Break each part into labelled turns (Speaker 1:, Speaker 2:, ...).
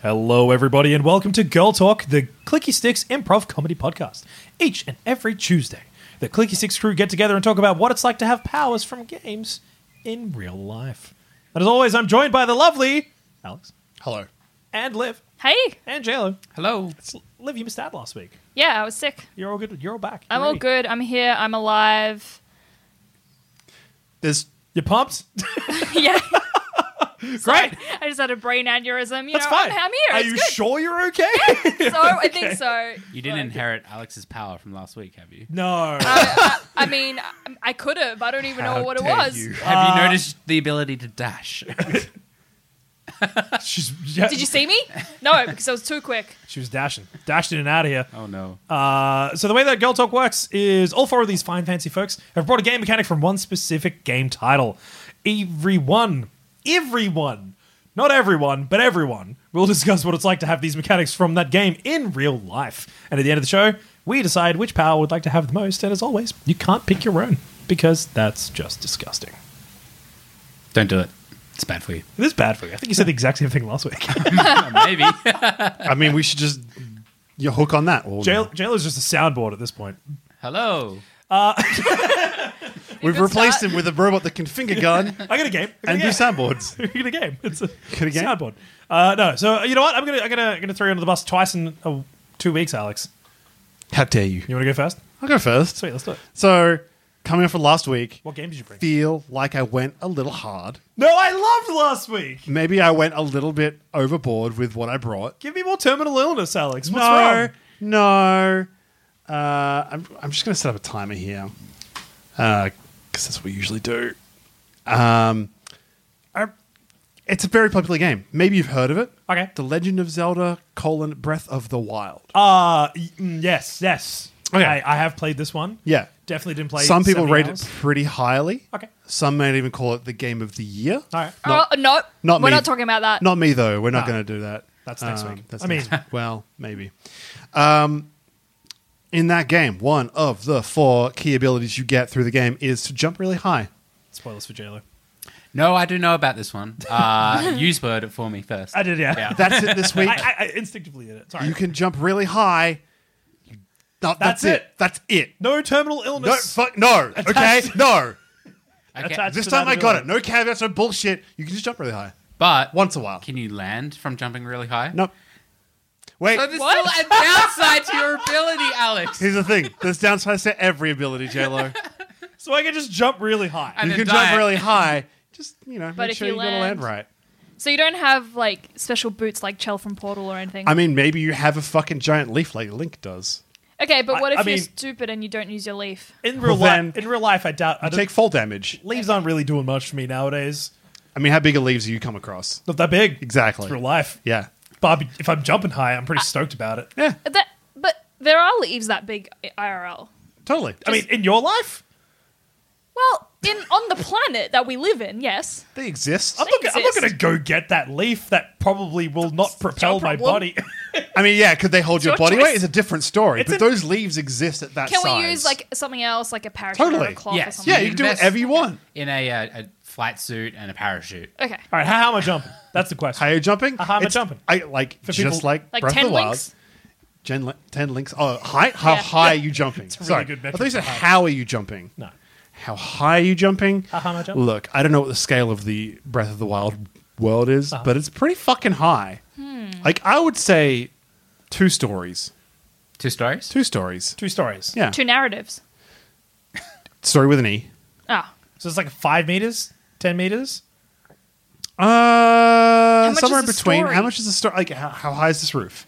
Speaker 1: Hello, everybody, and welcome to Girl Talk, the Clicky Sticks improv comedy podcast. Each and every Tuesday, the Clicky Sticks crew get together and talk about what it's like to have powers from games in real life. And as always, I'm joined by the lovely Alex
Speaker 2: Hello.
Speaker 1: and Liv
Speaker 3: Hey.
Speaker 1: and JLo.
Speaker 2: Hello.
Speaker 1: It's- Liv, you missed out last week.
Speaker 3: Yeah, I was sick.
Speaker 1: You're all good. You're all back.
Speaker 3: I'm
Speaker 1: You're
Speaker 3: all
Speaker 1: ready.
Speaker 3: good. I'm here. I'm alive.
Speaker 2: There's
Speaker 1: You pumped?
Speaker 3: yeah.
Speaker 1: Great.
Speaker 3: I just had a brain aneurysm. You
Speaker 1: That's
Speaker 3: know,
Speaker 1: fine.
Speaker 3: I'm, I'm here.
Speaker 1: Are
Speaker 3: it's
Speaker 1: you
Speaker 3: good.
Speaker 1: sure you're okay?
Speaker 3: so I think so.
Speaker 4: You didn't inherit Alex's power from last week, have you?
Speaker 1: no.
Speaker 3: Uh, I mean, I, I could have. I don't even know what it
Speaker 2: dare
Speaker 3: was.
Speaker 2: you.
Speaker 4: Have you noticed the ability to dash?
Speaker 1: She's,
Speaker 3: Did you see me? No, because I was too quick.
Speaker 1: She was dashing. Dashed in and out of here.
Speaker 4: oh no.
Speaker 1: Uh, so the way that Girl Talk works is all four of these fine fancy folks have brought a game mechanic from one specific game title. Everyone, everyone, not everyone, but everyone, will discuss what it's like to have these mechanics from that game in real life. And at the end of the show, we decide which power would like to have the most. And as always, you can't pick your own because that's just disgusting.
Speaker 4: Don't do it. It's bad for you.
Speaker 1: This is bad for you. I think you said the exact same thing last week.
Speaker 2: Oh,
Speaker 4: Maybe.
Speaker 2: I mean, we should just you hook on that. Or
Speaker 1: Jail Jail is just a soundboard at this point.
Speaker 4: Hello.
Speaker 2: We've
Speaker 3: Good
Speaker 2: replaced
Speaker 3: start.
Speaker 2: him with a robot that can finger gun
Speaker 1: I got a game. I got a
Speaker 2: and do
Speaker 1: game.
Speaker 2: soundboards.
Speaker 1: You're gonna game. It's a,
Speaker 2: Gonna game?
Speaker 1: soundboard. Uh, no, so uh, you know what? I'm gonna I'm gonna gonna throw you under the bus twice in uh, two weeks, Alex.
Speaker 2: How dare you?
Speaker 1: You want to go first?
Speaker 2: I'll go first.
Speaker 1: Sweet, let's do it.
Speaker 2: So, coming off from last week,
Speaker 1: What game did you bring?
Speaker 2: feel like I went a little hard.
Speaker 1: No, I loved last week.
Speaker 2: Maybe I went a little bit overboard with what I brought.
Speaker 1: Give me more terminal illness, Alex. What's
Speaker 2: no,
Speaker 1: wrong?
Speaker 2: no. Uh, I'm, I'm just going to set up a timer here because that's what we usually do. Um, I, it's a very popular game. Maybe you've heard of it.
Speaker 1: Okay.
Speaker 2: The Legend of Zelda: colon, Breath of the Wild.
Speaker 1: Uh y- mm, yes, yes.
Speaker 2: Okay.
Speaker 1: I, I have played this one.
Speaker 2: yeah.
Speaker 1: Definitely didn't play.
Speaker 2: Some people
Speaker 1: 70
Speaker 2: rate it
Speaker 1: hours.
Speaker 2: pretty highly.
Speaker 1: Okay.
Speaker 2: Some might even call it the game of the year.
Speaker 1: All right.
Speaker 2: Not-
Speaker 3: oh, no.
Speaker 2: not
Speaker 3: We're
Speaker 2: me.
Speaker 3: not talking about that.
Speaker 2: Not me though. We're not
Speaker 1: No.
Speaker 2: going to do that. Um,
Speaker 1: That's next week.
Speaker 2: That's
Speaker 1: I
Speaker 2: next
Speaker 1: mean-
Speaker 2: week. well, maybe. Um, in that game, one of the four key abilities you get through the game is to jump really high.
Speaker 1: Spoilers for Jailer.
Speaker 4: No, I do know about this one. Uh, use word it for me first.
Speaker 1: I did, yeah.
Speaker 2: That's it this week.
Speaker 1: I, I, I instinctively did it. Sorry.
Speaker 2: you can jump really high. You- no, that's,
Speaker 1: That's it.
Speaker 2: it. That's it.
Speaker 1: no terminal
Speaker 2: No,
Speaker 1: illness.
Speaker 2: fuck, no. Okay, no.
Speaker 4: Okay.
Speaker 1: attached
Speaker 2: This
Speaker 1: to
Speaker 2: time
Speaker 1: that
Speaker 2: I got it.
Speaker 1: ability.
Speaker 2: No caveats. No bullshit. You can just jump really high
Speaker 4: But
Speaker 2: once a while.
Speaker 4: can you land from jumping really high?
Speaker 2: No. Wait.
Speaker 4: So there's
Speaker 3: What?
Speaker 4: still a downside to your ability, Alex.
Speaker 2: Here's the thing. There's downsides to every ability, JLo.
Speaker 1: So I can just jump really high.
Speaker 4: And
Speaker 2: You
Speaker 4: a
Speaker 2: can
Speaker 4: diet.
Speaker 2: jump really high. Just you know,
Speaker 3: But
Speaker 2: make
Speaker 3: if
Speaker 2: sure
Speaker 3: you
Speaker 2: you got to land
Speaker 3: land-
Speaker 2: right.
Speaker 3: So you don't have like special boots like Chell from Portal or anything.
Speaker 2: I mean, maybe you have a fucking giant leaf like Link does.
Speaker 3: okay, but what
Speaker 1: I-
Speaker 3: if
Speaker 1: I
Speaker 3: you're
Speaker 1: mean-
Speaker 3: stupid and you don't use your leaf?
Speaker 1: In real
Speaker 2: Well, then-
Speaker 1: life, in real life, I doubt. I
Speaker 2: You
Speaker 1: don't-
Speaker 2: take fall damage.
Speaker 1: leaves aren't really doing much for me nowadays.
Speaker 2: I mean, how big of leaves do you come across?
Speaker 1: Not that big.
Speaker 2: Exactly.
Speaker 1: It's real life.
Speaker 2: Yeah.
Speaker 1: Bobby, if I'm jumping high, I'm pretty stoked about it.
Speaker 2: Yeah.
Speaker 3: That, but there are leaves that big IRL.
Speaker 2: Totally.
Speaker 1: I mean, in your life,
Speaker 3: Well, in on the planet that we live in, yes.
Speaker 2: they exist.
Speaker 1: I'm not,
Speaker 3: They
Speaker 1: I'm not going to
Speaker 3: exist.
Speaker 1: go get that leaf that probably will not propel my
Speaker 3: problem.
Speaker 1: body.
Speaker 2: I mean, yeah. Could they hold your
Speaker 3: your
Speaker 2: body
Speaker 3: choice.
Speaker 2: weight? It's a different story.
Speaker 1: It's
Speaker 2: but
Speaker 1: an-
Speaker 2: those leaves exist at that
Speaker 3: Can
Speaker 2: size.
Speaker 3: we use like something else, like a parachute or
Speaker 2: Totally.
Speaker 3: a cloth or
Speaker 4: Yes.
Speaker 3: something?
Speaker 2: Yeah, you can do
Speaker 4: Invest-
Speaker 2: whatever you want.
Speaker 4: In a, uh, a flight suit and a parachute.
Speaker 3: Okay.
Speaker 1: All right, how, how am I jumping? That's the question.
Speaker 2: How you jumping?
Speaker 1: How am I
Speaker 2: It's-
Speaker 1: jumping?
Speaker 2: I like
Speaker 1: For
Speaker 2: just
Speaker 1: people-
Speaker 2: like
Speaker 3: Like
Speaker 2: Breath
Speaker 3: ten
Speaker 2: of the Wild.
Speaker 3: links.
Speaker 2: Gen li- ten links. Oh, high! How
Speaker 3: Yeah.
Speaker 2: high are you jumping?
Speaker 1: a really
Speaker 2: Sorry,
Speaker 1: good
Speaker 2: I
Speaker 1: metric
Speaker 2: thought you said
Speaker 1: for height.
Speaker 2: how are you jumping?
Speaker 1: No.
Speaker 2: How high are you jumping?
Speaker 1: How high am I jumping?
Speaker 2: Look, I don't know what the scale of the Breath of the Wild world is,
Speaker 1: Uh-huh.
Speaker 2: but it's pretty fucking high.
Speaker 3: Hmm.
Speaker 2: Like I would say, two stories.
Speaker 4: Two stories?
Speaker 2: Two stories.
Speaker 1: Two stories.
Speaker 2: Yeah,
Speaker 3: Two narratives.
Speaker 2: story with an e.
Speaker 3: Ah.
Speaker 1: So it's like five meters, 10 meters.
Speaker 2: Uh,
Speaker 3: much
Speaker 2: somewhere in
Speaker 3: is a
Speaker 2: between.
Speaker 3: story?
Speaker 2: How much is the story? Like how, how high is this roof?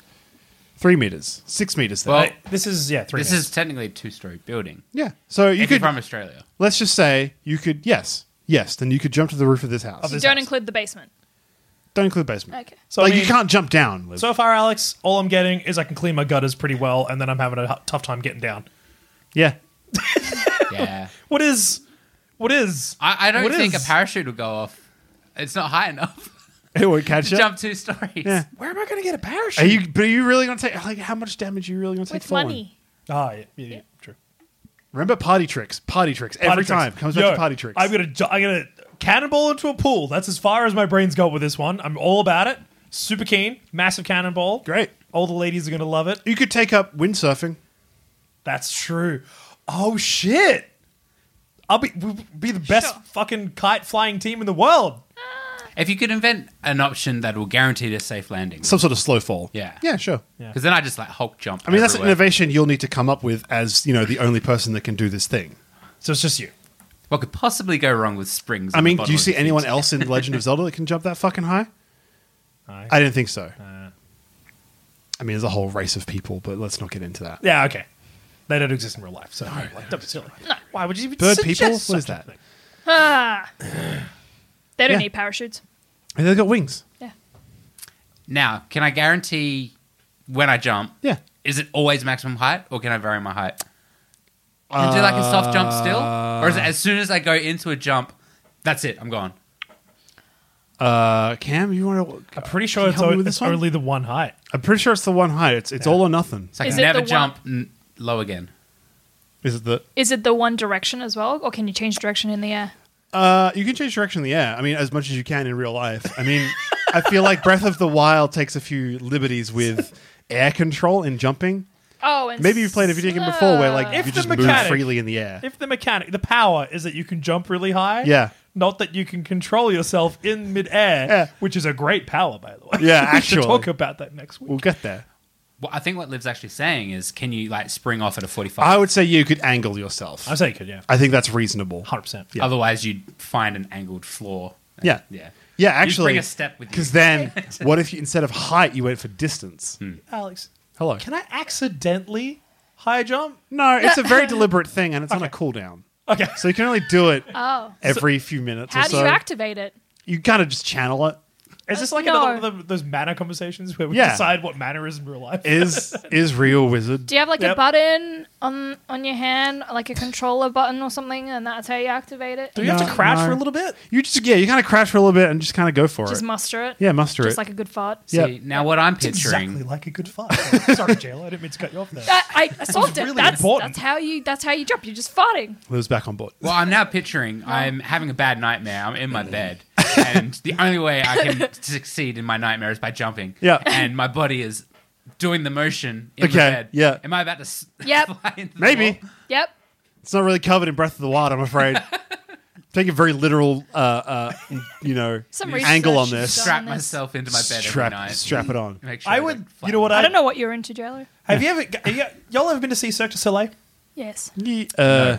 Speaker 2: Three meters, six meters. Then.
Speaker 4: Well-
Speaker 1: I- this is, yeah, three
Speaker 4: This
Speaker 1: meters.
Speaker 4: is technically a two story building.
Speaker 2: yeah. So you
Speaker 4: if you're
Speaker 2: could.
Speaker 4: from Australia.
Speaker 2: let's just say you could. Yes, yes. Then you could jump to the roof of this house.
Speaker 1: Of this-
Speaker 3: Don't
Speaker 1: house.
Speaker 3: include the basement.
Speaker 2: Don't include the basement.
Speaker 3: Okay.
Speaker 1: So,
Speaker 2: like
Speaker 1: I
Speaker 2: you
Speaker 1: mean-
Speaker 2: can't jump down. Liv.
Speaker 1: So far, Alex, all I'm getting is I can clean my gutters pretty well, and then I'm having a hu- tough time getting down.
Speaker 2: yeah,
Speaker 4: Yeah.
Speaker 1: What is? What is?
Speaker 4: I, I don't
Speaker 1: what
Speaker 4: think
Speaker 1: is-
Speaker 4: a parachute will go off. It's not high enough.
Speaker 2: it would catch up.
Speaker 4: Jump two stories.
Speaker 2: Yeah.
Speaker 1: Where am I going to get a
Speaker 2: Are
Speaker 1: parachute?
Speaker 2: you? But are you really gonna take? Like, how much damage are you really gonna take?
Speaker 3: With
Speaker 2: falling?
Speaker 3: money.
Speaker 1: Ah, yeah, yeah, yeah, true.
Speaker 2: Remember party tricks. Party tricks every
Speaker 1: Party tricks.
Speaker 2: time comes back
Speaker 1: Yo,
Speaker 2: to party tricks.
Speaker 1: I'm gonna, ju- I'm gonna cannonball into a pool. That's as far as my brain's got with this one. I'm all about it. Super keen, massive cannonball.
Speaker 2: Great.
Speaker 1: All the ladies are gonna love it.
Speaker 2: you could take up windsurfing.
Speaker 1: That's true. Oh shit! I'll be we'll be the best
Speaker 3: Sure.
Speaker 1: fucking kite flying team in the world.
Speaker 4: If you could invent an option that will guarantee a safe landing, because
Speaker 2: Some sort of slow fall.
Speaker 4: Yeah.
Speaker 2: Yeah, sure.
Speaker 4: then I just like Hulk jump.
Speaker 2: I mean, that's an
Speaker 4: everywhere.
Speaker 2: innovation you'll need to come up with as you know the only person that can do this thing.
Speaker 1: So it's just you.
Speaker 4: What could possibly go wrong with springs?
Speaker 2: I
Speaker 4: at the
Speaker 2: mean, do
Speaker 4: bottom
Speaker 2: you
Speaker 4: of
Speaker 2: see
Speaker 4: the
Speaker 2: anyone
Speaker 4: things?
Speaker 2: else in Legend of Zelda that can jump that fucking high?
Speaker 1: Aye.
Speaker 2: I didn't think so. I mean, there's a whole race of people, but let's not get into that.
Speaker 1: Yeah, okay. They don't exist in real life, so like, don't be silly. Why would you even
Speaker 2: Bird
Speaker 1: suggest
Speaker 2: people? What
Speaker 1: such
Speaker 2: is
Speaker 1: a
Speaker 2: that?
Speaker 1: thing?
Speaker 3: Ah. They don't
Speaker 2: Yeah.
Speaker 3: need parachutes.
Speaker 2: And they've got wings.
Speaker 3: Yeah.
Speaker 4: Now, can I guarantee when I jump?
Speaker 2: Yeah.
Speaker 4: Is it always maximum height, or can I vary my height? Can I do like a soft jump still, or is it as soon as I go into a jump, that's it, I'm gone.
Speaker 2: Uh, Cam, you want
Speaker 1: I'm
Speaker 2: to?
Speaker 1: pretty sure
Speaker 2: Can you
Speaker 1: it's,
Speaker 2: help me
Speaker 1: o-
Speaker 2: with
Speaker 1: it's
Speaker 2: this one?
Speaker 1: only the one height.
Speaker 2: I'm pretty sure it's the one high. It's it's all or nothing.
Speaker 4: So I
Speaker 3: Is
Speaker 4: can
Speaker 3: it
Speaker 4: never
Speaker 3: the one-
Speaker 4: jump n- low again.
Speaker 2: Is it the?
Speaker 3: Is it the one direction as well, or can you change direction in the air?
Speaker 2: Uh, you can change direction in the air. I mean, as much as you can in real life. I mean, I feel like Breath of the Wild takes a few liberties with air control and jumping.
Speaker 3: Oh, and
Speaker 2: Maybe you've played a video game before where like
Speaker 1: If the
Speaker 2: you just move
Speaker 1: mechanic-
Speaker 2: freely in the air.
Speaker 1: If the mechanic, the power is that you can jump really high.
Speaker 2: Yeah.
Speaker 1: Not that you can control yourself in midair,
Speaker 2: Yeah.
Speaker 1: which is a great power, by the way.
Speaker 2: Yeah,
Speaker 1: we should
Speaker 2: actually.
Speaker 1: talk about that next week.
Speaker 2: We'll get there.
Speaker 4: Well, I think what Liv's actually saying is, can you like spring off at a
Speaker 2: I
Speaker 4: forty-five?
Speaker 2: would say you could angle yourself.
Speaker 1: I say you could, yeah,
Speaker 2: I think that's reasonable.
Speaker 1: hundred percent.
Speaker 2: yeah.
Speaker 4: Otherwise, you'd find an angled floor.
Speaker 2: Yeah.
Speaker 4: yeah,
Speaker 2: Yeah,
Speaker 4: You'd
Speaker 2: actually.
Speaker 4: bring a step with you.
Speaker 2: Because then, what if you, instead of height, you went for distance?
Speaker 1: Alex,
Speaker 2: Hello.
Speaker 1: can I accidentally high jump?
Speaker 2: no, it's a very deliberate thing and it's on a cooldown.
Speaker 1: Okay.
Speaker 2: So you can only do it
Speaker 3: Oh.
Speaker 2: every few minutes
Speaker 3: How
Speaker 2: or
Speaker 3: do
Speaker 2: so.
Speaker 3: you activate it?
Speaker 2: You kind of just channel it.
Speaker 1: Is this like
Speaker 3: Uh, No.
Speaker 1: another one of the- those manner conversations where we
Speaker 2: Yeah.
Speaker 1: decide what manner is in real life?
Speaker 2: Is is real wizard?
Speaker 3: Do you have like a
Speaker 1: Yep.
Speaker 3: button on on your hand, like a controller button or something, and that's how you activate it?
Speaker 1: Do you have
Speaker 2: No,
Speaker 1: to crash
Speaker 2: no.
Speaker 1: for a little bit?
Speaker 2: You just yeah, you kind of crash for a little bit and just kind of go for
Speaker 3: Just
Speaker 2: it.
Speaker 3: muster it.
Speaker 2: Yeah, muster
Speaker 3: Just
Speaker 2: it.
Speaker 3: like a good fart.
Speaker 2: Yeah.
Speaker 4: See, now what I'm
Speaker 1: It's
Speaker 4: picturing,
Speaker 1: exactly like a good fart. Sorry, Jayla, I didn't mean to cut you off there.
Speaker 3: That- I, I solved it.
Speaker 1: really
Speaker 3: that's,
Speaker 1: important.
Speaker 3: that's how you. That's how you jump. You're just farting.
Speaker 2: Lives back on board.
Speaker 4: Well, I'm now picturing I'm having a bad nightmare. I'm in my bed, and the only way I can succeed in my nightmare is by jumping.
Speaker 2: Yeah.
Speaker 4: and my body is doing the motion in
Speaker 2: Okay,
Speaker 4: the bed.
Speaker 2: yeah.
Speaker 4: am I about to? S-
Speaker 3: Yep.
Speaker 4: fly into the
Speaker 2: Maybe
Speaker 4: wall?
Speaker 3: Yep.
Speaker 2: it's not really covered in Breath of the Wild. I'm afraid. Take a very literal, uh, uh, you know,
Speaker 3: Some research
Speaker 2: angle on
Speaker 3: you've
Speaker 2: this.
Speaker 3: done.
Speaker 4: strap
Speaker 3: this.
Speaker 4: myself into my bed
Speaker 2: strap,
Speaker 4: every night.
Speaker 2: strap it on.
Speaker 4: Make sure
Speaker 1: I
Speaker 4: that
Speaker 1: would.
Speaker 4: fly-
Speaker 1: You know what? I,
Speaker 3: I don't know what you're into, Jello.
Speaker 1: Have you ever? are you- Y'all ever been to see Cirque du Soleil?
Speaker 3: Yes.
Speaker 2: Ye- Uh,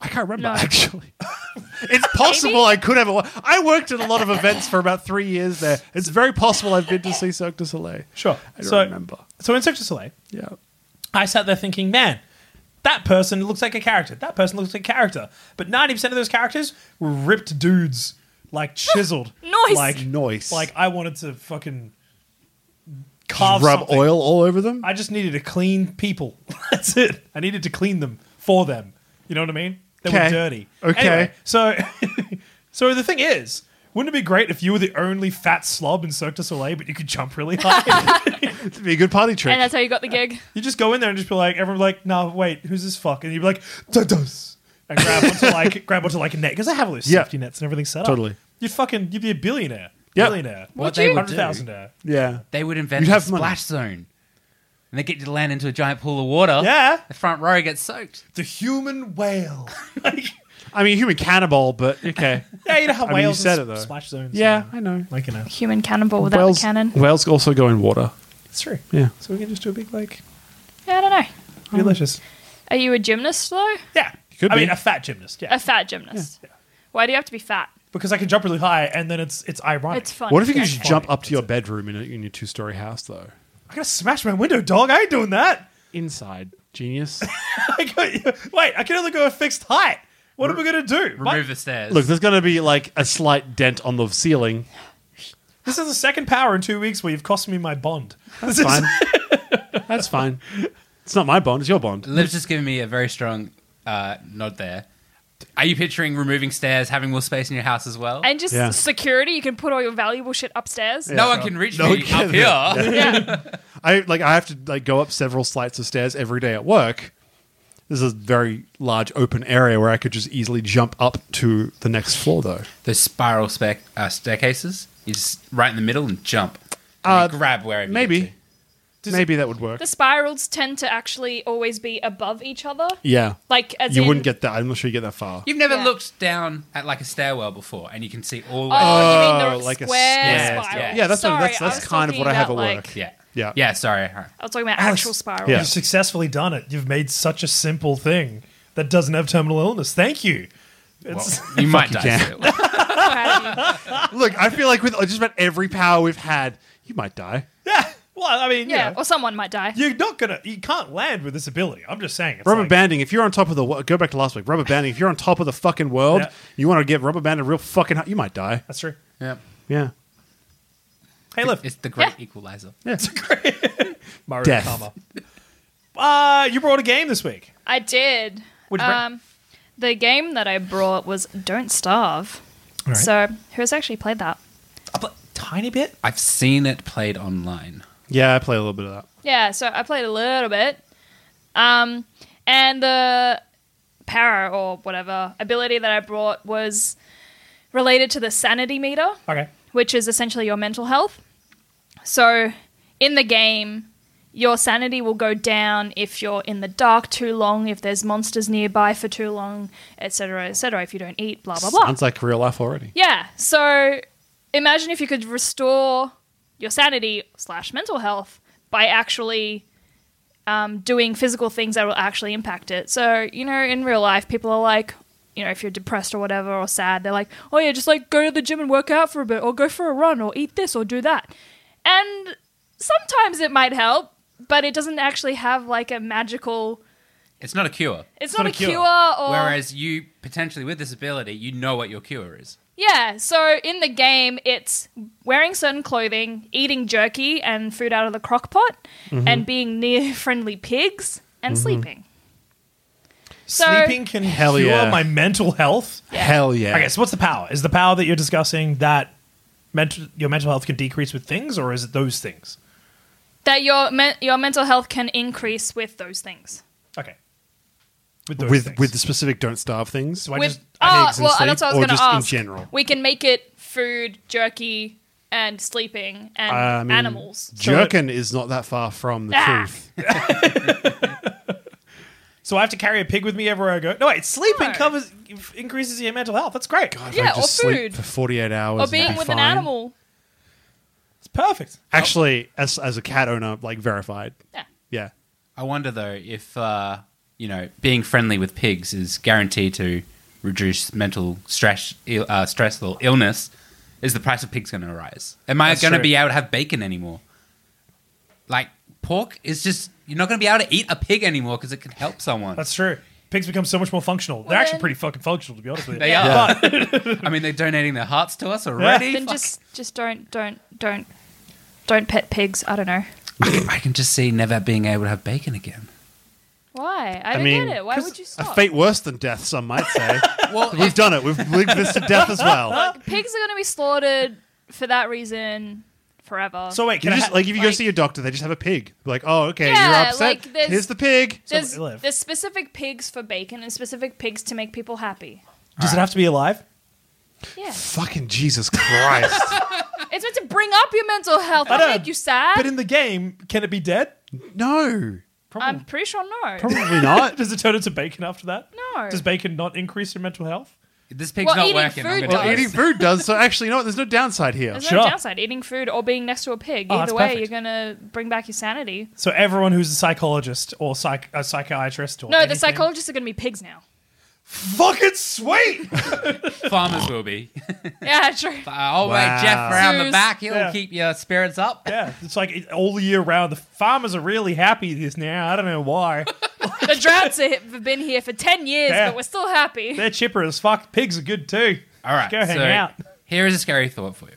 Speaker 2: I can't remember
Speaker 3: No.
Speaker 2: actually. it's possible I could have. A, I worked at a lot of events for about three years there. It's very possible I've been to see Cirque du Soleil.
Speaker 1: Sure.
Speaker 2: I don't
Speaker 1: so,
Speaker 2: remember.
Speaker 1: So in Cirque du Soleil,
Speaker 2: Yeah.
Speaker 1: I sat there thinking, man, that person looks like a character. That person looks like a character. But ninety percent of those characters were ripped dudes, like chiseled,
Speaker 3: Nice.
Speaker 1: like
Speaker 2: Noise.
Speaker 1: like I wanted to fucking carve
Speaker 2: Just rub
Speaker 1: something.
Speaker 2: oil all over them.
Speaker 1: I just needed to clean people. That's it. I needed to clean them for them. You know what I mean? They
Speaker 2: Okay.
Speaker 1: were dirty.
Speaker 2: Okay.
Speaker 1: Anyway, so, so the thing is, wouldn't it be great if you were the only fat slob in Cirque du Soleil, but you could jump really high?
Speaker 2: It'd be a good party trick.
Speaker 3: And that's how you got the gig.
Speaker 1: you just go in there and just be like, everyone be like, no, wait, who's this fuck? And you'd be like, Dodos. And grab onto like grab onto like a net because they have all those
Speaker 2: Yeah.
Speaker 1: safety nets and everything set up.
Speaker 2: Totally.
Speaker 1: You'd fucking you'd be a billionaire.
Speaker 2: Yep.
Speaker 1: Billionaire.
Speaker 4: What
Speaker 3: Would
Speaker 4: they
Speaker 3: you?
Speaker 4: would
Speaker 1: Hundred
Speaker 4: do?
Speaker 1: thousandaire.
Speaker 2: yeah.
Speaker 4: They would invent
Speaker 2: You'd
Speaker 4: a
Speaker 2: have money.
Speaker 4: splash zone, and they get you to land into a giant pool of water.
Speaker 1: Yeah.
Speaker 4: the front row gets soaked.
Speaker 1: The human whale. like,
Speaker 2: I mean, human cannibal, but okay.
Speaker 1: yeah, you know how
Speaker 2: I mean, you
Speaker 1: whales
Speaker 2: said
Speaker 1: and
Speaker 2: it, though.
Speaker 1: splash zones.
Speaker 2: yeah,
Speaker 1: and- uh,
Speaker 2: I know.
Speaker 1: Like in a
Speaker 3: Human cannonball without the cannon.
Speaker 2: Whales also go in water.
Speaker 1: It's true.
Speaker 2: Yeah. Um,
Speaker 1: So we can just do a big like
Speaker 3: Yeah, I don't know.
Speaker 1: delicious.
Speaker 3: Are you a gymnast though?
Speaker 1: Yeah.
Speaker 2: Could
Speaker 1: I
Speaker 2: be.
Speaker 1: mean a fat gymnast, yeah.
Speaker 3: A fat gymnast. Why do you have to be fat?
Speaker 1: because I can jump really high and then it's it's ironic.
Speaker 3: It's fun.
Speaker 2: What if you could
Speaker 3: Yeah.
Speaker 2: just jump up to your bedroom in, a, in your two story house, though?
Speaker 1: I gotta smash my window, dog. I ain't doing that.
Speaker 2: Inside. Genius.
Speaker 1: I got, wait, I can only go a fixed height. What are we gonna do?
Speaker 4: Remove the stairs.
Speaker 2: Look, there's going to be like a slight dent on the ceiling.
Speaker 1: This is the second power in two weeks where you've cost me my bond. This is-
Speaker 2: Fine. That's fine. It's not my bond. It's your bond.
Speaker 4: Liv's just giving me a very strong uh, nod there. Are you picturing removing stairs, having more space in your house as well?
Speaker 3: And just
Speaker 2: Yeah.
Speaker 3: security, you can put all your valuable shit upstairs.
Speaker 4: no one can reach
Speaker 2: No
Speaker 4: me
Speaker 2: one can-
Speaker 4: up here.
Speaker 3: Yeah.
Speaker 2: I like. I have to like go up several flights of stairs every day at work. This is a very large open area where I could just easily jump up to the next floor, though.
Speaker 4: Those spiral spec- uh, staircases. You just right in the middle and jump.
Speaker 2: Uh,
Speaker 4: And you grab wherever. you
Speaker 2: Maybe,
Speaker 4: get to.
Speaker 2: maybe that would work.
Speaker 3: The spirals tend to actually always be above each other.
Speaker 2: Yeah,
Speaker 3: Like as
Speaker 2: you
Speaker 3: in-
Speaker 2: wouldn't get that. I'm not sure you get that far.
Speaker 4: You've never
Speaker 3: Yeah.
Speaker 4: looked down at like a stairwell before, and you can see all. the
Speaker 3: Oh,
Speaker 4: way-
Speaker 3: you mean
Speaker 2: Oh,
Speaker 3: the
Speaker 2: like a
Speaker 3: square
Speaker 4: square.
Speaker 3: spiral?
Speaker 4: Yeah,
Speaker 2: yeah, that's what-
Speaker 3: Sorry,
Speaker 2: that's-
Speaker 3: I
Speaker 2: that's
Speaker 3: was
Speaker 2: kind of what
Speaker 3: talking
Speaker 2: I have
Speaker 3: about,
Speaker 2: at work.
Speaker 3: like-
Speaker 4: yeah,
Speaker 2: Yeah.
Speaker 4: yeah. Sorry.
Speaker 3: I was talking about
Speaker 1: Alex-
Speaker 3: actual spirals.
Speaker 2: Yeah.
Speaker 1: You've successfully done it. You've made such a simple thing that doesn't have terminal illness. Thank you. It's,
Speaker 4: You might die.
Speaker 2: can.
Speaker 4: still.
Speaker 3: Proud of you.
Speaker 2: Look, I feel like with just about every power we've had, you might die.
Speaker 1: yeah. Well, I mean,
Speaker 3: Yeah,
Speaker 1: you know,
Speaker 3: or someone might die.
Speaker 1: you're not gonna. You can't land with this ability. I'm just saying. It's
Speaker 2: Rubber
Speaker 1: like,
Speaker 2: banding. If you're on top of the wo- go back to last week. Rubber banding. If you're on top of the fucking world,
Speaker 1: Yeah.
Speaker 2: you want to get rubber banded real fucking. High, you might die.
Speaker 1: That's true.
Speaker 4: yeah.
Speaker 2: Yeah.
Speaker 1: Hey, look,
Speaker 4: It's the great
Speaker 3: Yeah.
Speaker 4: equalizer.
Speaker 2: Yeah.
Speaker 1: Mario
Speaker 2: death.
Speaker 1: Kama. Uh, you brought a game this week.
Speaker 3: I did.
Speaker 1: Which brand?
Speaker 3: um, the game that I brought was Don't Starve.
Speaker 1: All right.
Speaker 3: So who's actually played that?
Speaker 1: A pl- tiny bit.
Speaker 4: I've seen it played online.
Speaker 2: Yeah, I play a little bit of that.
Speaker 3: Yeah, so I played a little bit. Um, and the power or whatever ability that I brought was related to the sanity meter,
Speaker 1: Okay.
Speaker 3: which is essentially your mental health. So in the game, your sanity will go down if you're in the dark too long, if there's monsters nearby for too long, etc., etc., if you don't eat, blah, blah, blah.
Speaker 2: Sounds like real life already.
Speaker 3: Yeah. So imagine if you could restore your sanity slash mental health by actually um, doing physical things that will actually impact it. So, you know, in real life, people are like, you know, if you're depressed or whatever or sad, they're like, oh yeah, just like go to the gym and work out for a bit or go for a run or eat this or do that. And sometimes it might help, but it doesn't actually have like a magical.
Speaker 4: It's not a cure.
Speaker 3: It's, not, a cure, or.
Speaker 4: Whereas you potentially with this ability, you know what your cure is.
Speaker 3: Yeah, so in the game, it's wearing certain clothing, eating jerky and food out of the crock pot,
Speaker 2: Mm-hmm.
Speaker 3: and being near friendly pigs and sleeping. So-
Speaker 1: Sleeping can
Speaker 2: Hell
Speaker 1: cure
Speaker 2: yeah.
Speaker 1: my mental health.
Speaker 2: Hell yeah.
Speaker 1: Okay, so what's the power? Is the power that you're discussing that mental your mental health can decrease with things, or is it those things?
Speaker 3: That your men- your mental health can increase with those things.
Speaker 1: Okay. With
Speaker 2: with
Speaker 1: things.
Speaker 2: with the specific don't starve things.
Speaker 1: So I
Speaker 3: with
Speaker 1: just
Speaker 3: oh,
Speaker 2: eggs and
Speaker 3: well,
Speaker 2: sleep,
Speaker 3: that's what I was
Speaker 2: or
Speaker 3: going to
Speaker 2: just in
Speaker 3: ask.
Speaker 2: general?
Speaker 3: we can make it food, jerky, and sleeping and
Speaker 2: I mean,
Speaker 3: animals.
Speaker 2: Jerkin is not that far from the
Speaker 3: Ah.
Speaker 2: truth.
Speaker 1: so I have to carry a pig with me everywhere I go. No, wait, sleeping
Speaker 3: No.
Speaker 1: covers increases your mental health. That's great.
Speaker 2: God, if
Speaker 3: Yeah,
Speaker 2: I
Speaker 3: or
Speaker 2: just sleep
Speaker 3: food.
Speaker 2: for forty eight hours.
Speaker 3: Or
Speaker 2: it'd
Speaker 3: being
Speaker 2: be
Speaker 3: with
Speaker 2: fine.
Speaker 3: an animal.
Speaker 1: It's perfect.
Speaker 2: Actually, as as a cat owner, like verified.
Speaker 3: Yeah.
Speaker 2: Yeah.
Speaker 4: I wonder though if uh, you know being friendly with pigs is guaranteed to reduce mental stress, Ill, uh, stress or illness. Is the price of pigs going to rise? Am I
Speaker 1: That's
Speaker 4: going to
Speaker 1: true.
Speaker 4: be able to have bacon anymore? Like pork is just you're not going to be able to eat a pig anymore because it can help someone.
Speaker 1: That's true. Pigs become so much more functional. They're
Speaker 3: Well,
Speaker 1: actually
Speaker 3: then-
Speaker 1: pretty fucking functional, to be honest with you.
Speaker 4: they
Speaker 3: Yeah.
Speaker 4: are. I mean, they're donating their hearts to us already.
Speaker 3: Then
Speaker 4: Fuck.
Speaker 3: just just don't don't don't don't pet pigs. I don't know.
Speaker 4: I can just see never being able to have bacon again.
Speaker 3: Why? I,
Speaker 2: I
Speaker 3: don't
Speaker 2: mean,
Speaker 3: get it. Why
Speaker 2: 'cause
Speaker 3: would you
Speaker 2: A
Speaker 3: stop?
Speaker 2: fate worse than death, some might say.
Speaker 4: Well,
Speaker 2: We've done it. We've lived this to death as well.
Speaker 3: Pigs are going to be slaughtered for that reason forever.
Speaker 1: So wait,
Speaker 2: You
Speaker 1: can I
Speaker 2: just
Speaker 1: ha-
Speaker 2: like if you go
Speaker 3: like-
Speaker 2: see your doctor, they just have a pig. Like, oh, okay,
Speaker 3: Yeah,
Speaker 2: you're upset.
Speaker 3: like, there's-
Speaker 2: Here's the pig.
Speaker 3: there's,
Speaker 1: live.
Speaker 3: there's specific pigs for bacon and specific pigs to make people happy.
Speaker 1: does it have to be alive?
Speaker 3: Yeah,
Speaker 2: Fucking Jesus Christ!
Speaker 3: it's meant to bring up your mental health,
Speaker 1: I
Speaker 3: not
Speaker 1: know,
Speaker 3: make you sad.
Speaker 1: But in the game, can it be dead?
Speaker 2: no,
Speaker 1: Probably,
Speaker 3: I'm pretty sure no.
Speaker 2: probably not.
Speaker 1: does it turn into bacon after that?
Speaker 3: No.
Speaker 1: Does bacon not increase your mental health?
Speaker 4: This pig's
Speaker 3: Well,
Speaker 4: not
Speaker 3: eating
Speaker 4: working. I'm
Speaker 3: food
Speaker 4: gonna
Speaker 3: does.
Speaker 4: do
Speaker 2: Eating
Speaker 4: this.
Speaker 2: food does so. Actually, you know what? There's no downside here.
Speaker 3: There's
Speaker 1: Sure.
Speaker 3: no downside eating food or being next to a pig.
Speaker 1: Oh, that's
Speaker 3: Either way,
Speaker 1: perfect.
Speaker 3: you're going to bring back your sanity.
Speaker 1: So everyone who's a psychologist or psych- a psychiatrist or
Speaker 3: No, the
Speaker 1: anything-
Speaker 3: psychologists are going to be pigs now.
Speaker 1: Fucking sweet.
Speaker 4: Farmers will be.
Speaker 3: Yeah, true.
Speaker 4: Oh,
Speaker 2: Wow.
Speaker 4: wait, Jeff around the
Speaker 3: Zeus.
Speaker 4: back. He'll
Speaker 1: Yeah.
Speaker 4: keep your spirits up.
Speaker 1: yeah, it's like it- all year round. The farmers are really happy this now. I don't know why.
Speaker 3: the droughts have been here for 10 years,
Speaker 1: Yeah.
Speaker 3: but we're still happy.
Speaker 1: They're chipper as fuck. Pigs are good too.
Speaker 4: All right.
Speaker 1: go hang
Speaker 4: so
Speaker 1: out.
Speaker 4: Here is a scary thought for you.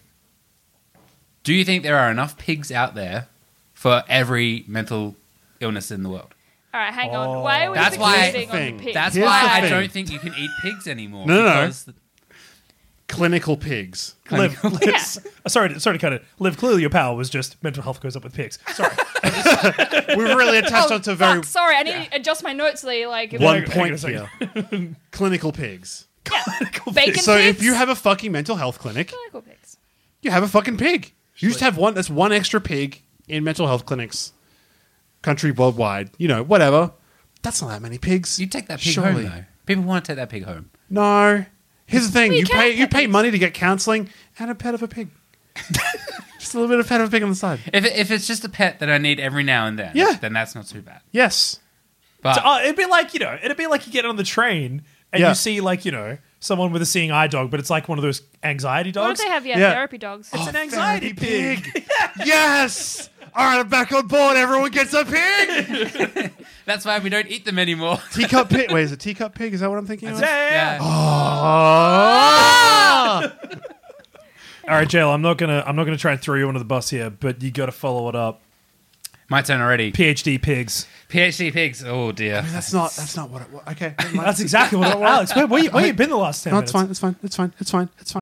Speaker 4: Do you think there are enough pigs out there for every mental illness in the world?
Speaker 3: All right, hang
Speaker 1: Oh.
Speaker 3: on. Why are we
Speaker 4: That's why-
Speaker 3: fixating on
Speaker 2: thing.
Speaker 3: the pig?
Speaker 4: That's
Speaker 2: Here's
Speaker 4: why
Speaker 2: the
Speaker 4: I
Speaker 2: thing.
Speaker 4: don't think you can eat pigs anymore.
Speaker 2: No, no, no.
Speaker 4: because
Speaker 2: Clinical pigs.
Speaker 1: Liv, Liv,
Speaker 3: Yeah.
Speaker 1: uh, sorry, sorry to cut it. Liv, clearly your power was just mental health goes up with pigs. Sorry.
Speaker 2: We've really attached
Speaker 3: Oh,
Speaker 2: onto very
Speaker 3: fuck, sorry, I need to adjust my notes. So you're like
Speaker 2: one
Speaker 1: Hang on a
Speaker 2: point
Speaker 1: second.
Speaker 2: here. clinical pigs.
Speaker 3: bacon
Speaker 2: so
Speaker 3: pigs.
Speaker 2: if you have a fucking mental health clinic,
Speaker 3: Bacon pigs.
Speaker 2: you have a fucking pig. You just have one. That's one extra pig in mental health clinics, country worldwide. You know, whatever. That's not that many pigs.
Speaker 4: you take that pig
Speaker 2: Surely.
Speaker 4: home though. People want to take that pig home.
Speaker 2: No. Here's the thing:
Speaker 3: you
Speaker 2: you
Speaker 3: can
Speaker 2: pay
Speaker 3: pet
Speaker 2: you pay
Speaker 3: pigs.
Speaker 2: money to get counselling and a pet of a pig. just a little bit of pet of a pig on the side.
Speaker 4: If, it- if it's just a pet that I need every now and then,
Speaker 2: Yeah.
Speaker 4: then that's not too bad.
Speaker 2: Yes.
Speaker 4: But
Speaker 1: So, uh, it'd be like you know, it'd be like you get on the train and
Speaker 2: Yeah.
Speaker 1: you see like you know someone with a seeing eye dog, but it's like one of those anxiety
Speaker 3: What
Speaker 1: dogs.
Speaker 3: do they have? Yeah,
Speaker 2: Yeah. Oh.
Speaker 3: therapy dogs.
Speaker 1: It's an anxiety pig.
Speaker 2: yes. All right, I'm back on board. Everyone gets a pig.
Speaker 4: that's why we don't eat them anymore.
Speaker 2: teacup pig. Wait, is it teacup pig? Is that what I'm thinking?
Speaker 1: Yeah,
Speaker 2: Of?
Speaker 1: yeah, yeah.
Speaker 4: Yeah. Ah!
Speaker 2: Oh.
Speaker 1: All right, Jail. I'm not gonna I'm not gonna try and throw you under the bus here, but you got to follow it up.
Speaker 4: My turn already.
Speaker 1: PhD pigs.
Speaker 4: PhD pigs. Oh dear.
Speaker 2: That's not. That's not what it was. Okay. never mind.
Speaker 1: That's exactly what. Alex, where, where, you, where you been the last ten
Speaker 2: No, it's
Speaker 1: minutes?
Speaker 2: fine. It's fine. It's fine. It's fine. It's fine.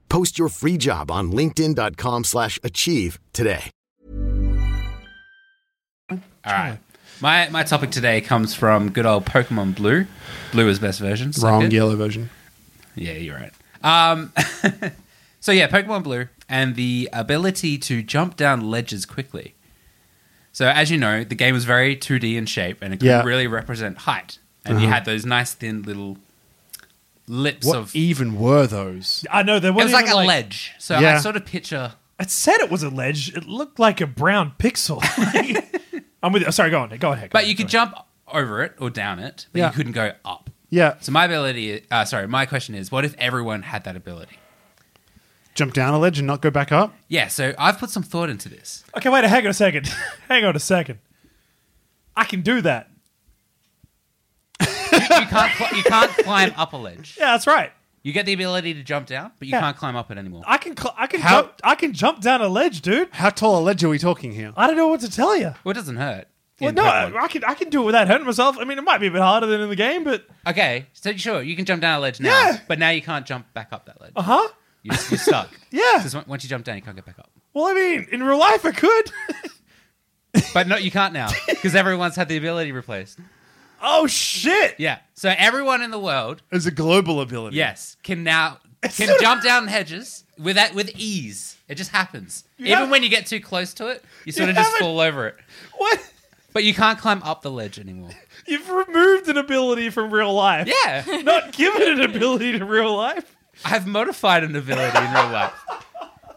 Speaker 5: Post your free job on linkedin.com/achieve slash achieve today.
Speaker 4: All right. My my topic today comes from good old Pokemon Blue. Blue is best version. so
Speaker 2: Wrong
Speaker 4: good.
Speaker 2: yellow version.
Speaker 4: Yeah, you're right. Um, so yeah, Pokemon Blue and the ability to jump down ledges quickly. So as you know, the game was very 2D in shape, and it could
Speaker 2: Yeah. Uh-huh.
Speaker 4: really represent height. And you had those nice thin little lips
Speaker 2: What e-
Speaker 4: of.
Speaker 2: even were those?
Speaker 1: I know there
Speaker 4: it
Speaker 1: was
Speaker 4: was like a ledge. So I
Speaker 2: Yeah.
Speaker 4: sort of picture.
Speaker 1: It said it was a ledge. It looked like a brown pixel. I'm with you. Sorry, go on. Go ahead. go
Speaker 4: But
Speaker 1: on,
Speaker 4: you could
Speaker 1: go
Speaker 4: jump over it or down it, but
Speaker 2: Yeah.
Speaker 4: you couldn't go up.
Speaker 2: Yeah.
Speaker 4: So my ability, uh, sorry, my question is, what if everyone had that ability?
Speaker 2: Jump down a ledge and not go back up.
Speaker 4: Yeah, so I've put some thought into this.
Speaker 1: ahead. Okay, wait. Hang on a second. hang on a second. I can do that.
Speaker 4: You can't, cl- you can't climb up a ledge.
Speaker 1: Yeah, that's right.
Speaker 4: You get the ability to jump down, but you
Speaker 1: Yeah.
Speaker 4: can't climb up it anymore.
Speaker 1: I can cl- I can
Speaker 2: How-
Speaker 1: jump I can jump down a ledge, dude.
Speaker 2: How tall a ledge are we talking here?
Speaker 1: I don't know what to tell you.
Speaker 4: Well, it doesn't hurt.
Speaker 1: Well,
Speaker 4: in
Speaker 1: no,
Speaker 4: Pokemon.
Speaker 1: I, I can I can do it without hurting myself. I mean, it might be a bit harder than in the game, but
Speaker 4: okay, so sure, you can jump down a ledge now,
Speaker 1: Yeah.
Speaker 4: but now you can't jump back up that ledge.
Speaker 1: uh huh.
Speaker 4: You're, you're stuck.
Speaker 1: Yeah.
Speaker 4: Because once you jump down, you can't get back up.
Speaker 1: Well, I mean, in real life, I could.
Speaker 4: But no, you can't now because everyone's had the ability replaced.
Speaker 1: oh shit!
Speaker 4: Yeah. So everyone in the world,
Speaker 2: It's a global ability.
Speaker 4: yes, can now can
Speaker 1: not-
Speaker 4: jump down hedges with that with ease. It just happens. Even
Speaker 1: have-
Speaker 4: when you get too close to it, you sort
Speaker 1: You
Speaker 4: of just
Speaker 1: haven't-
Speaker 4: fall over it.
Speaker 1: What?
Speaker 4: But you can't climb up the ledge anymore.
Speaker 1: You've removed an ability from real life.
Speaker 4: Yeah.
Speaker 1: Not given an ability to real life.
Speaker 4: I've modified an ability in real life.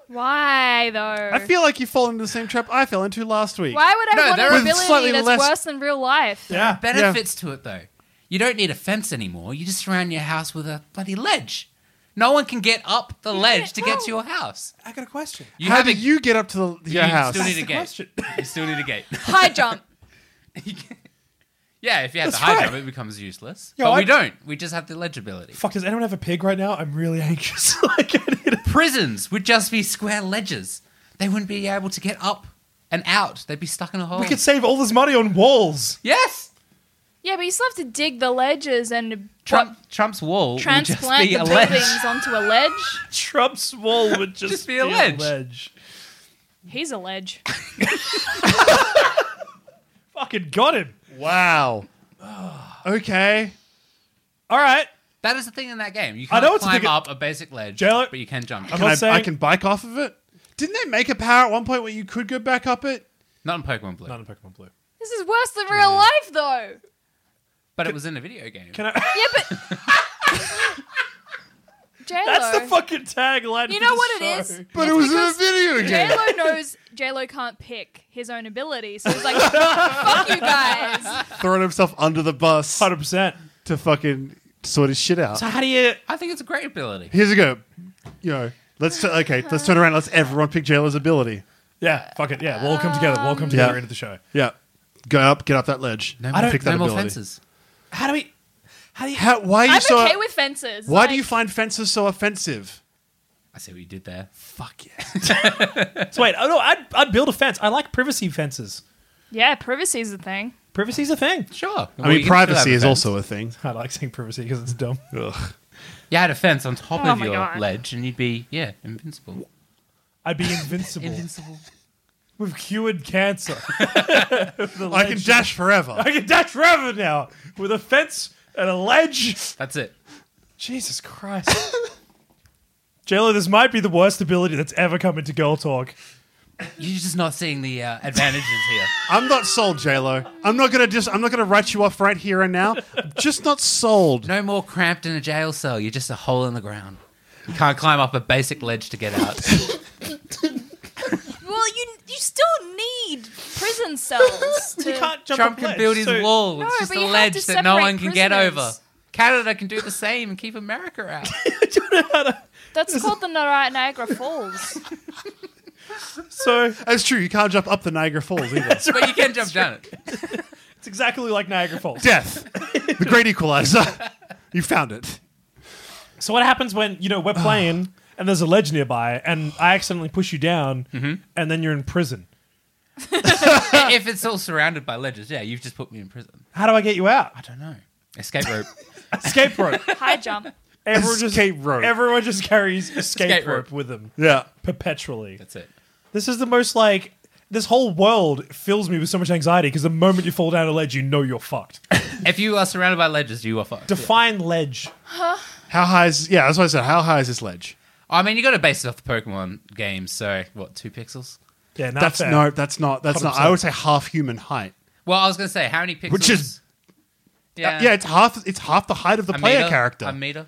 Speaker 3: Why though?
Speaker 2: I feel like you fall into the same trap I fell into last week.
Speaker 3: Why would I
Speaker 4: No,
Speaker 3: want
Speaker 4: there
Speaker 3: an
Speaker 4: are
Speaker 3: ability
Speaker 2: slightly
Speaker 3: that's
Speaker 2: less-
Speaker 3: worse than real life?
Speaker 1: Yeah.
Speaker 4: benefits to it though. You don't need a fence anymore. You just surround your house with a bloody ledge. No one can get up the ledge to get to your house.
Speaker 1: I got a question.
Speaker 4: You
Speaker 2: How
Speaker 4: have
Speaker 2: do
Speaker 4: a,
Speaker 2: you get up to the, your
Speaker 4: you
Speaker 2: house?
Speaker 4: still need a
Speaker 1: the
Speaker 4: gate.
Speaker 1: question.
Speaker 4: You still need a gate.
Speaker 3: High jump.
Speaker 4: yeah, if you have
Speaker 1: That's
Speaker 4: the high
Speaker 1: right.
Speaker 4: jump, it becomes useless.
Speaker 1: Yo,
Speaker 4: but
Speaker 1: I-
Speaker 4: we don't. We just have the ledge ability.
Speaker 1: Fuck, does anyone have a pig right now? I'm really anxious. like, I need a-
Speaker 4: Prisons would just be square ledges. They wouldn't be able to get up and out. They'd be stuck in a hole.
Speaker 1: we could save all this money on walls.
Speaker 4: yes.
Speaker 3: Yeah, but you still have to dig the ledges and
Speaker 4: Trump,
Speaker 3: what,
Speaker 4: Trump's wall would just
Speaker 3: transplant
Speaker 4: be
Speaker 3: the
Speaker 4: a ledge.
Speaker 3: buildings onto a ledge.
Speaker 1: Trump's wall would just,
Speaker 4: Just be a ledge.
Speaker 3: He's a ledge.
Speaker 1: Fucking got him.
Speaker 2: Wow. okay.
Speaker 1: All right.
Speaker 4: That is the thing in that game. You
Speaker 1: I
Speaker 4: can't
Speaker 1: know it's a
Speaker 4: climb
Speaker 1: thing-
Speaker 4: up a basic ledge,
Speaker 1: Jailer-
Speaker 4: but you can jump.
Speaker 1: I'm
Speaker 2: Can
Speaker 1: not
Speaker 2: I,
Speaker 1: saying
Speaker 2: I can bike off of it. Didn't they make a power at one point where you could go back up it?
Speaker 4: Not in Pokemon Blue.
Speaker 1: not in Pokemon Blue.
Speaker 3: This is worse than real life, though.
Speaker 4: But it was in a video game.
Speaker 1: Can I?
Speaker 3: Yeah, but J-Lo.
Speaker 1: That's the fucking tagline.
Speaker 3: You
Speaker 1: for
Speaker 3: know
Speaker 1: this
Speaker 3: what it
Speaker 1: show.
Speaker 3: is?
Speaker 2: But it was in a video game.
Speaker 3: J Lo knows J Lo can't pick his own ability, so he's like, "Fuck you guys."
Speaker 2: Throwing himself under the bus
Speaker 1: Hundred percent.
Speaker 2: to fucking sort his shit out.
Speaker 1: So how do you?
Speaker 4: I think it's a great ability.
Speaker 2: Here's a go. Yo, let's t- okay. Let's turn around. Let's everyone pick Jailer's ability.
Speaker 1: Yeah, fuck it. Yeah, we'll all come together. We'll all come together
Speaker 2: Yeah.
Speaker 1: into the show.
Speaker 2: Yeah, go up. Get up that ledge.
Speaker 4: No,
Speaker 2: I
Speaker 4: more,
Speaker 2: don't pick
Speaker 4: no
Speaker 2: that
Speaker 4: more
Speaker 2: ability.
Speaker 4: fences.
Speaker 1: How do we? How do you?
Speaker 2: How, why are you
Speaker 3: I'm
Speaker 2: so?
Speaker 3: okay with fences.
Speaker 2: why do
Speaker 3: Like,
Speaker 2: you find fences so offensive?
Speaker 4: I see what you did there.
Speaker 2: Fuck yeah.
Speaker 1: So wait, oh no, I'd, I'd build a fence. I like privacy fences.
Speaker 3: Yeah, privacy is a thing.
Speaker 1: Privacy's a thing.
Speaker 4: Sure.
Speaker 2: I mean, privacy is also a thing.
Speaker 1: I like saying privacy because it's dumb.
Speaker 4: You had a fence on top
Speaker 3: Oh
Speaker 4: of
Speaker 3: my
Speaker 4: your
Speaker 3: God.
Speaker 4: ledge, and you'd be yeah, invincible.
Speaker 1: I'd be invincible.
Speaker 4: Invincible.
Speaker 1: We've cured cancer.
Speaker 2: I can dash forever.
Speaker 1: I can dash forever now with a fence and a ledge.
Speaker 4: That's it.
Speaker 1: Jesus Christ. JLo, this might be the worst ability that's ever come into Girl Talk.
Speaker 4: You're just not seeing the uh, advantages here.
Speaker 2: I'm not sold, JLo. I'm not gonna just. I'm not gonna write you off right here and now. I'm just not sold.
Speaker 4: No more cramped in a jail cell. You're just a hole in the ground. You can't climb up a basic ledge to get out.
Speaker 3: Well, you you still need prison cells. To,
Speaker 1: You can't jump
Speaker 4: Trump
Speaker 1: a
Speaker 4: can
Speaker 1: ledge,
Speaker 4: build his
Speaker 1: so-
Speaker 4: wall.
Speaker 3: No,
Speaker 4: it's just
Speaker 3: but
Speaker 4: a
Speaker 3: you have
Speaker 4: ledge
Speaker 3: to
Speaker 4: that no
Speaker 3: separate
Speaker 4: one can get
Speaker 3: prisoners.
Speaker 4: over. Canada can do the same and keep America out.
Speaker 3: That's called the Ni- Niagara Falls.
Speaker 1: So
Speaker 2: That's true. You can't jump up the Niagara Falls either.
Speaker 4: but you can jump down it.
Speaker 1: it's exactly like Niagara Falls.
Speaker 2: Death, the great equalizer. You found it.
Speaker 1: So what happens when you know we're playing and there's a ledge nearby and I accidentally push you down and then you're in prison?
Speaker 4: if it's all surrounded by ledges, yeah, you've just put me in prison.
Speaker 1: How do I get you out?
Speaker 4: I don't know. Escape rope.
Speaker 1: Escape rope.
Speaker 3: High jump.
Speaker 1: Everyone
Speaker 2: Escape
Speaker 1: just,
Speaker 2: rope.
Speaker 1: Everyone just carries escape,
Speaker 4: Escape
Speaker 1: rope
Speaker 4: rope.
Speaker 1: with them
Speaker 2: Yeah.
Speaker 1: perpetually.
Speaker 4: That's it.
Speaker 1: This is the most like this whole world fills me with so much anxiety because the moment you fall down a ledge, you know you're fucked.
Speaker 4: If you are surrounded by ledges, you are fucked.
Speaker 1: Define ledge.
Speaker 2: How high is? Yeah, that's what I said. How high is this ledge?
Speaker 4: I mean, you got to base it off the Pokemon game, so what, two pixels?
Speaker 1: Yeah, not
Speaker 2: That's
Speaker 1: fair.
Speaker 2: no. That's not. That's not.
Speaker 1: 100%.
Speaker 2: I would say half human height.
Speaker 4: Well, I was going to say, how many pixels?
Speaker 2: Which is- uh, Yeah. it's half. It's half the height of the
Speaker 4: a
Speaker 2: player
Speaker 4: meter,
Speaker 2: character.
Speaker 4: A meter.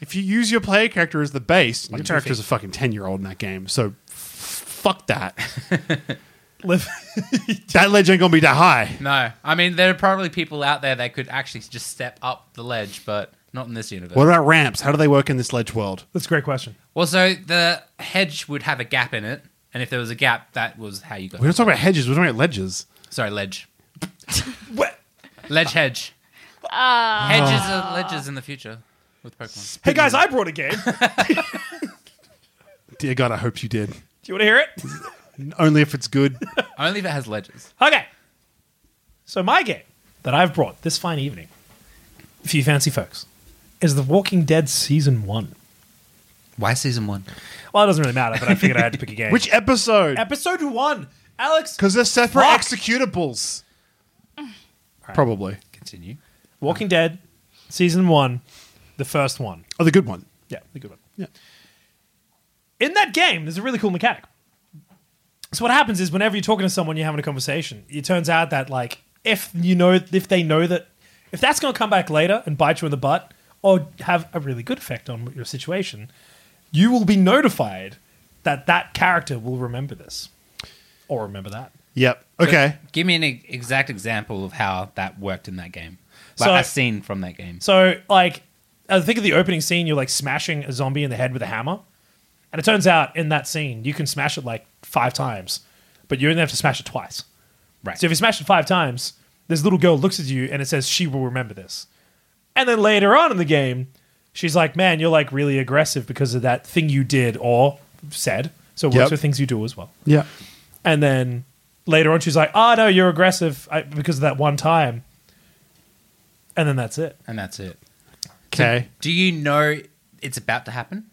Speaker 2: if you use your player character as the base, your
Speaker 4: two
Speaker 2: character's
Speaker 4: feet.
Speaker 2: a fucking ten year old in that game. So f- fuck that.
Speaker 1: Live-
Speaker 2: that ledge ain't gonna be that high.
Speaker 4: No. I mean, there are probably people out there that could actually just step up the ledge, but not in this universe.
Speaker 2: What about ramps? How do they work in this ledge world?
Speaker 1: That's a great question.
Speaker 4: Well, so the hedge would have a gap in it, and if there was a gap, that was how you got.
Speaker 2: We're not talking about hedges. We're talking about ledges.
Speaker 4: Sorry, ledge,
Speaker 1: Wha-
Speaker 4: ledge, hedge. Hedges are ledges in the future with Pokemon.
Speaker 1: Hey guys, I brought a game. Do
Speaker 2: Dear God, I hope you did.
Speaker 1: you want to hear it?
Speaker 2: Only if it's good.
Speaker 4: Only if it has ledges.
Speaker 1: Okay. So my game that I've brought this fine evening, if you fancy folks, is The Walking Dead season one.
Speaker 4: Why season one?
Speaker 1: Well, it doesn't really matter, but I figured I had to pick a game.
Speaker 2: Which episode?
Speaker 1: episode one? Alex,
Speaker 2: Because they're separate
Speaker 1: Fuck.
Speaker 2: executables. Probably.
Speaker 4: Continue.
Speaker 1: Walking Dead season one, the first one.
Speaker 2: Oh, the good one.
Speaker 1: Yeah, the good one.
Speaker 2: Yeah.
Speaker 1: in that game, there's a really cool mechanic. So what happens is whenever you're talking to someone, you're having a conversation. It turns out that like if you know if they know that if that's going to come back later and bite you in the butt or have a really good effect on your situation, you will be notified that that character will remember this or remember that.
Speaker 2: Yep. Okay.
Speaker 4: Give me an e- exact example of how that worked in that game. Like
Speaker 1: So-
Speaker 4: a scene from that game.
Speaker 1: So, like, I think of the opening scene, you're like smashing a zombie in the head with a hammer. And it turns out in that scene, you can smash it like five times, but you only have to smash it twice.
Speaker 4: Right.
Speaker 1: So, if you smash it five times, this little girl looks at you and it says, She will remember this. And then later on in the game, she's like, Man, you're like really aggressive because of that thing you did or said. So, it works
Speaker 2: Yep.
Speaker 1: with things you do as well.
Speaker 2: Yeah.
Speaker 1: And then later on, she's like, Oh, no, you're aggressive I, because of that one time. And then that's it.
Speaker 4: and that's it.
Speaker 2: Okay.
Speaker 4: Do you know it's about to happen?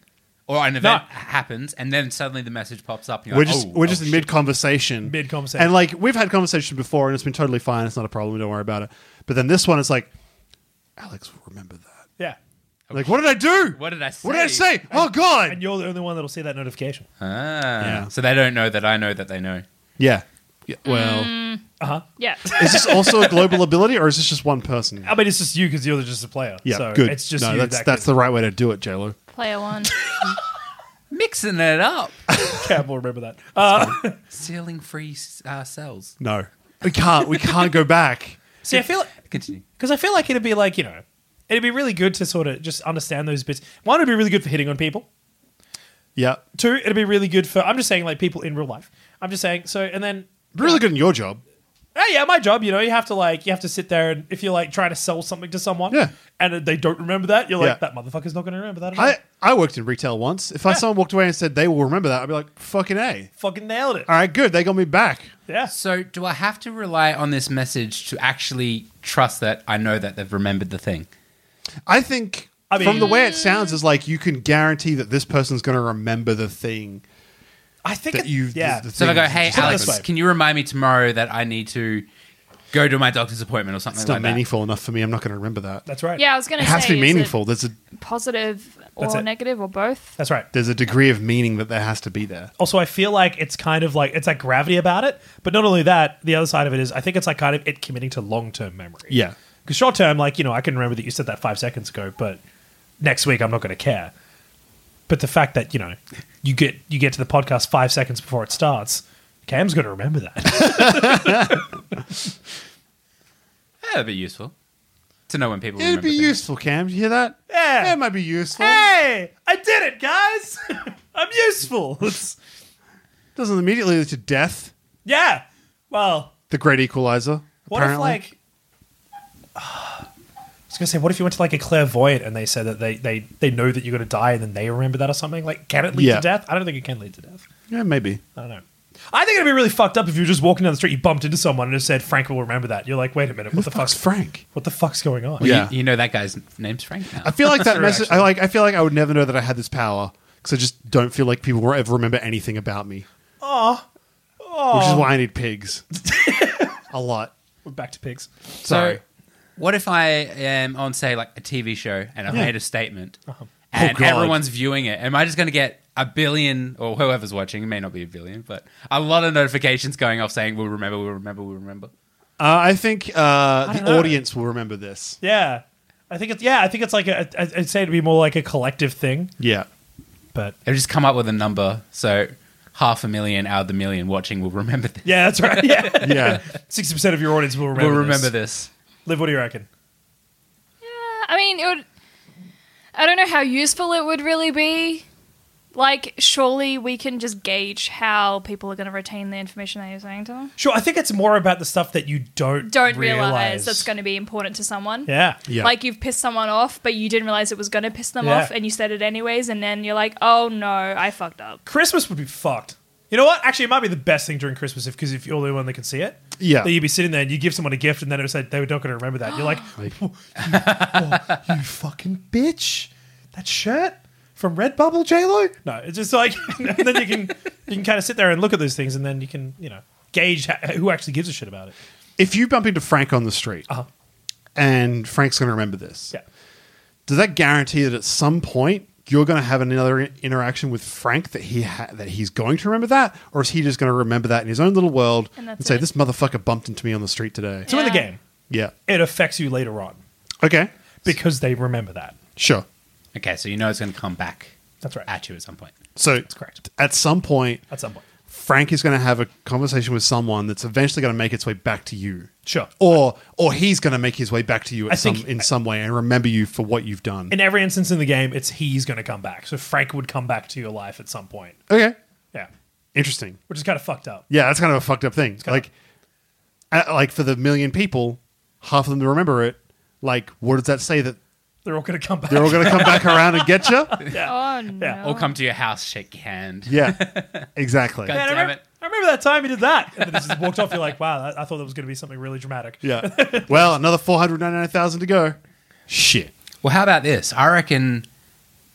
Speaker 4: Or an event happens, and then suddenly the message pops up. And you're
Speaker 2: We're
Speaker 4: like,
Speaker 2: just
Speaker 4: oh,
Speaker 2: we're
Speaker 4: oh,
Speaker 2: just in
Speaker 4: shit.
Speaker 2: mid conversation.
Speaker 1: Mid conversation.
Speaker 2: And like we've had conversation before and it's been totally fine. It's not a problem. Don't worry about it. But then this one it's like Alex will remember that.
Speaker 1: Yeah.
Speaker 2: Like what did I do?
Speaker 4: Oh, What did I say?
Speaker 2: What did I say? oh god.
Speaker 1: And you're the only one that'll see that notification.
Speaker 4: Ah,
Speaker 2: Yeah.
Speaker 4: So they don't know that I know that they know.
Speaker 2: yeah. yeah. Well,
Speaker 1: Mm.
Speaker 3: Yeah.
Speaker 2: is this also a global ability or is this just one person?
Speaker 1: I mean, it's just you because you're just a player.
Speaker 2: Yeah,
Speaker 1: so
Speaker 2: good.
Speaker 1: Oh, It's just
Speaker 2: no,
Speaker 1: you
Speaker 2: that's
Speaker 1: that
Speaker 2: that's
Speaker 1: can-
Speaker 2: the right way to do it, JLo.
Speaker 3: Player One.
Speaker 4: Mixing it up.
Speaker 1: Cab will remember that. Uh,
Speaker 4: Stealing free s- uh, cells.
Speaker 2: No, we can't. We can't go back.
Speaker 1: see, I feel
Speaker 4: Continue.
Speaker 1: because I feel like it'd be like you know, it'd be really good to sort of just understand those bits. One, it'd be really good for hitting on people.
Speaker 2: Yeah,
Speaker 1: Two, it'd be really good for. I'm just saying, like people in real life. I'm just saying. So, and then
Speaker 2: really good in your job.
Speaker 1: hey, yeah, my job, you know, you have to like, you have to sit there and if you're like trying to sell something to someone
Speaker 2: Yeah.
Speaker 1: and they don't remember that, you're like,
Speaker 2: Yeah.
Speaker 1: that motherfucker's not going to remember that. at all."
Speaker 2: I I worked in retail once. If I someone walked away and said they will remember that, I'd be like, fucking a.
Speaker 1: fucking nailed it.
Speaker 2: All right, good. They got me back.
Speaker 1: Yeah.
Speaker 4: So, do I have to rely on this message to actually trust that I know that they've remembered the thing?
Speaker 2: I think
Speaker 1: I mean-
Speaker 2: from the way it sounds is like you can guarantee that this person's going to remember the thing
Speaker 1: I think
Speaker 2: that
Speaker 1: it,
Speaker 2: you.
Speaker 1: yeah.
Speaker 2: The, the
Speaker 4: So if I
Speaker 2: thing
Speaker 4: go,
Speaker 2: that
Speaker 4: hey,
Speaker 2: just happened."
Speaker 4: Alex,
Speaker 1: way.
Speaker 4: can you remind me tomorrow that I need to go to my doctor's appointment or something
Speaker 2: it's
Speaker 4: like
Speaker 2: not meaningful enough for me. I'm not going to remember that.
Speaker 1: that's right.
Speaker 3: yeah, I was going
Speaker 2: it
Speaker 3: say
Speaker 2: has to
Speaker 3: is
Speaker 2: be
Speaker 3: it
Speaker 2: meaningful. There's a
Speaker 3: positive
Speaker 1: That's
Speaker 3: or
Speaker 1: it.
Speaker 3: negative or both.
Speaker 1: That's right.
Speaker 2: there's a degree of meaning that there has to be there.
Speaker 1: Also, I feel like it's kind of like, it's like gravity about it. But not only that, the other side of it is, I think it's like kind of it committing to long term memory.
Speaker 2: Yeah.
Speaker 1: Because short term, like, you know, I can remember that you said that five seconds ago, but next week I'm not going to care. But the fact that, you know, you get you get to the podcast five seconds before it starts, Cam's going to remember that.
Speaker 4: that. That'd be useful to know when people.
Speaker 2: It'd
Speaker 4: remember
Speaker 2: be
Speaker 4: things.
Speaker 2: useful, Cam. Did you hear that?
Speaker 1: Yeah.
Speaker 2: it might be useful.
Speaker 1: hey, I did it, guys! I'm useful. It's-
Speaker 2: Doesn't immediately lead to death.
Speaker 1: yeah. Well,
Speaker 2: The Great Equalizer.
Speaker 1: what
Speaker 2: apparently.
Speaker 1: if like. I was gonna say, what if you went to like a clairvoyant and they said that they they they know that you're gonna die and then they remember that or something? Like, can it lead
Speaker 2: Yeah.
Speaker 1: to death? I don't think it can lead to death.
Speaker 2: Yeah, maybe.
Speaker 1: I don't know. I think it'd be really fucked up if you were just walking down the street, you bumped into someone and it said, Frank will remember that. You're like, wait a minute, what the, fuck's
Speaker 2: Frank?
Speaker 1: what the fuck's going on?
Speaker 4: Well, you-
Speaker 2: Yeah.
Speaker 4: you, know that guy's name's Frank now.
Speaker 2: I feel like that
Speaker 1: Sure,
Speaker 2: message. I
Speaker 1: actually.
Speaker 2: like. I feel like I would never know that I had this power because I just don't feel like people will ever remember anything about me. Oh, which is why I need pigs. a lot.
Speaker 1: We're back to pigs.
Speaker 2: Sorry.
Speaker 4: So, what if I am on, say, like a TV show and I've made a statement and
Speaker 2: Uh-huh. Oh, God.
Speaker 4: everyone's viewing it? Am I just going to get a billion or whoever's watching? It may not be a billion, but a lot of notifications going off saying, we'll remember, we'll remember, we'll remember.
Speaker 2: uh, I think uh, the
Speaker 1: don't know.
Speaker 2: audience will remember this.
Speaker 1: Yeah. I think it's yeah, I think it's like a I- I'd say it'd be more like a collective thing,
Speaker 2: Yeah.
Speaker 1: but
Speaker 4: They'll just come up with a number. So, half a million out of the million watching will remember this.
Speaker 1: yeah, that's right. Yeah.
Speaker 2: Yeah.
Speaker 1: Sixty percent of your audience will remember.
Speaker 4: We'll remember
Speaker 1: this.
Speaker 4: this.
Speaker 1: Liv, what do you reckon?
Speaker 3: Yeah, Uh, I mean, it would. I don't know how useful it would really be. Like, surely we can just gauge how people are going to retain the information that you're saying to them.
Speaker 1: Sure, I think it's more about the stuff that you don't
Speaker 3: Don't realize, that's going to be important to someone.
Speaker 1: Yeah.
Speaker 2: Yeah.
Speaker 3: Like you've pissed someone off, but you didn't realize it was going to piss them
Speaker 1: Yeah.
Speaker 3: off, and you said it anyways, and then you're like, "Oh no, I fucked up."
Speaker 1: Christmas would be fucked. You know what? Actually, it might be the best thing during Christmas if because if you're the only one that can see it.
Speaker 2: Yeah.
Speaker 1: That you'd be sitting there and you give someone a gift and then it was like, they were not going to remember that. You're like,
Speaker 2: Like-
Speaker 1: "Oh, you, oh, you fucking bitch. That shirt from Redbubble, JLo? No, it's just like, and then you can, you can kind of sit there and look at those things and then you can, you know, gauge ha- who actually gives a shit about it.
Speaker 2: If you bump into Frank on the street,
Speaker 1: Uh-huh.
Speaker 2: and Frank's going to remember this,
Speaker 1: Yeah.
Speaker 2: does that guarantee that at some point you're going to have another i- interaction with Frank that he ha- that he's going to remember that, or is he just going to remember that in his own little world
Speaker 3: And
Speaker 2: and,
Speaker 3: that's
Speaker 2: say
Speaker 3: it.
Speaker 2: this motherfucker bumped into me on the street today?
Speaker 1: So in the
Speaker 3: Yeah.
Speaker 1: game,
Speaker 2: Yeah.
Speaker 1: it affects you later on
Speaker 2: Okay.
Speaker 1: because they remember that.
Speaker 2: Sure.
Speaker 4: Okay, so you know it's going to come back
Speaker 1: That's right.
Speaker 4: at you at some point.
Speaker 2: So
Speaker 1: That's correct.
Speaker 2: at some point,
Speaker 1: At some point.
Speaker 2: Frank is going to have a conversation with someone that's eventually going to make its way back to you,
Speaker 1: Sure.
Speaker 2: or or he's going to make his way back to you
Speaker 1: I
Speaker 2: at some,
Speaker 1: think-
Speaker 2: in some way and remember you for what you've done.
Speaker 1: in every instance in the game, it's he's going to come back. So Frank would come back to your life at some point.
Speaker 2: okay.
Speaker 1: Yeah,
Speaker 2: Interesting.
Speaker 1: which is kind of fucked up.
Speaker 2: Yeah, that's kind of a fucked up thing.
Speaker 1: kinda-
Speaker 2: Like, uh, like for the million people, half of them to remember it. Like, what does that say that
Speaker 1: They're all going to come back.
Speaker 2: they're all going to come back around and get you?
Speaker 3: Oh no.
Speaker 4: Or come to your house, shake your hand.
Speaker 2: Yeah, exactly.
Speaker 4: God
Speaker 1: Man, I,
Speaker 4: damn
Speaker 1: remember,
Speaker 4: it.
Speaker 1: I remember that time he did that, and then he just walked off. You're like, wow, I, I thought that was going to be something really dramatic.
Speaker 2: Yeah. Well, another four hundred ninety nine thousand to go. Shit.
Speaker 4: Well, how about this? I reckon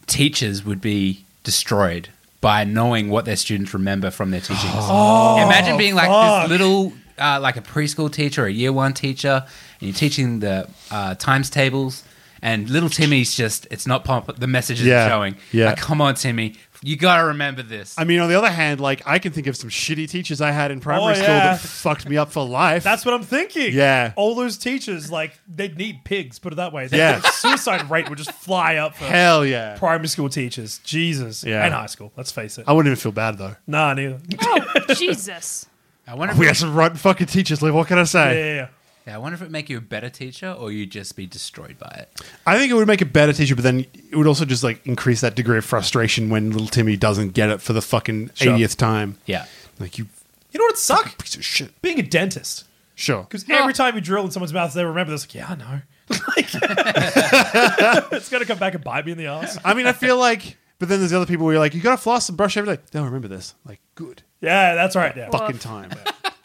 Speaker 4: teachers would be destroyed by knowing what their students remember from their teachings.
Speaker 2: Oh,
Speaker 4: Imagine being like
Speaker 1: fuck.
Speaker 4: this little, uh, like a preschool teacher or a year one teacher, and you're teaching the uh, times tables, And little Timmy's just, it's not pop, the message isn't
Speaker 2: Yeah.
Speaker 4: showing.
Speaker 2: Yeah.
Speaker 4: Like, come on, Timmy. You got to remember this.
Speaker 2: I mean, on the other hand, like I can think of some shitty teachers I had in primary
Speaker 1: Oh,
Speaker 2: school
Speaker 1: yeah.
Speaker 2: that fucked me up for life.
Speaker 1: That's what I'm thinking.
Speaker 2: Yeah.
Speaker 1: All those teachers, like, they need pigs, put it that way.
Speaker 2: Yeah.
Speaker 1: Their suicide rate would just fly up for
Speaker 2: hell yeah.
Speaker 1: primary school teachers. Jesus.
Speaker 2: Yeah. Oh.
Speaker 1: And high school, let's face it.
Speaker 2: I wouldn't even feel bad though.
Speaker 1: Nah, neither.
Speaker 3: Oh, Jesus.
Speaker 4: I wonder,
Speaker 2: We
Speaker 4: if,
Speaker 2: got some rotten fucking teachers, Liv. What can I
Speaker 1: Yeah,
Speaker 2: say?
Speaker 1: yeah, yeah.
Speaker 4: yeah, I wonder if it would make you a better teacher or you'd just be destroyed by it.
Speaker 2: I think it would make a better teacher, but then it would also just like increase that degree of frustration when little Timmy doesn't get it for the fucking
Speaker 1: Sure.
Speaker 2: 80th time.
Speaker 4: Yeah.
Speaker 2: Like you
Speaker 1: You know what would suck?
Speaker 2: piece of shit.
Speaker 1: Being a dentist.
Speaker 2: Sure.
Speaker 1: Because every time you drill in someone's mouth, they remember this. Like, yeah, I know. Like, it's going to come back and bite me in the ass.
Speaker 2: I mean, I feel like, but then there's other people where you're like, you gotta floss and brush every day. They'll remember this. Like, good
Speaker 1: Yeah, that's right. Yeah.
Speaker 2: fucking time.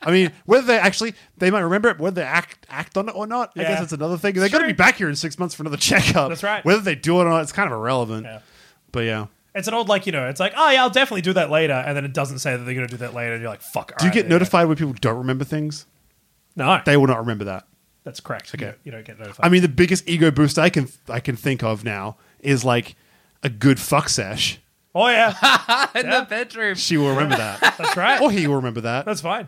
Speaker 2: I mean, whether they actually they might remember it, whether they act act on it or not, I
Speaker 1: Yeah.
Speaker 2: guess that's another thing. They're gonna be
Speaker 1: true.
Speaker 2: back here in six months for another checkup.
Speaker 1: That's right.
Speaker 2: Whether they do it or not, it's kind of irrelevant.
Speaker 1: Yeah.
Speaker 2: But yeah.
Speaker 1: It's an old, like, you know, it's like, oh, yeah, I'll definitely do that later. And then it doesn't say that they're going to do that later. And you're like, fuck.
Speaker 2: Do you get notified when people don't remember things?
Speaker 1: No.
Speaker 2: They will not remember that.
Speaker 1: that's correct. Okay. You don't get notified.
Speaker 2: I mean, the biggest ego boost I can I can think of now is like a good fuck sesh.
Speaker 1: oh, yeah.
Speaker 4: In the bedroom.
Speaker 2: She will remember that,
Speaker 1: That's right.
Speaker 2: or he will remember that.
Speaker 1: That's fine.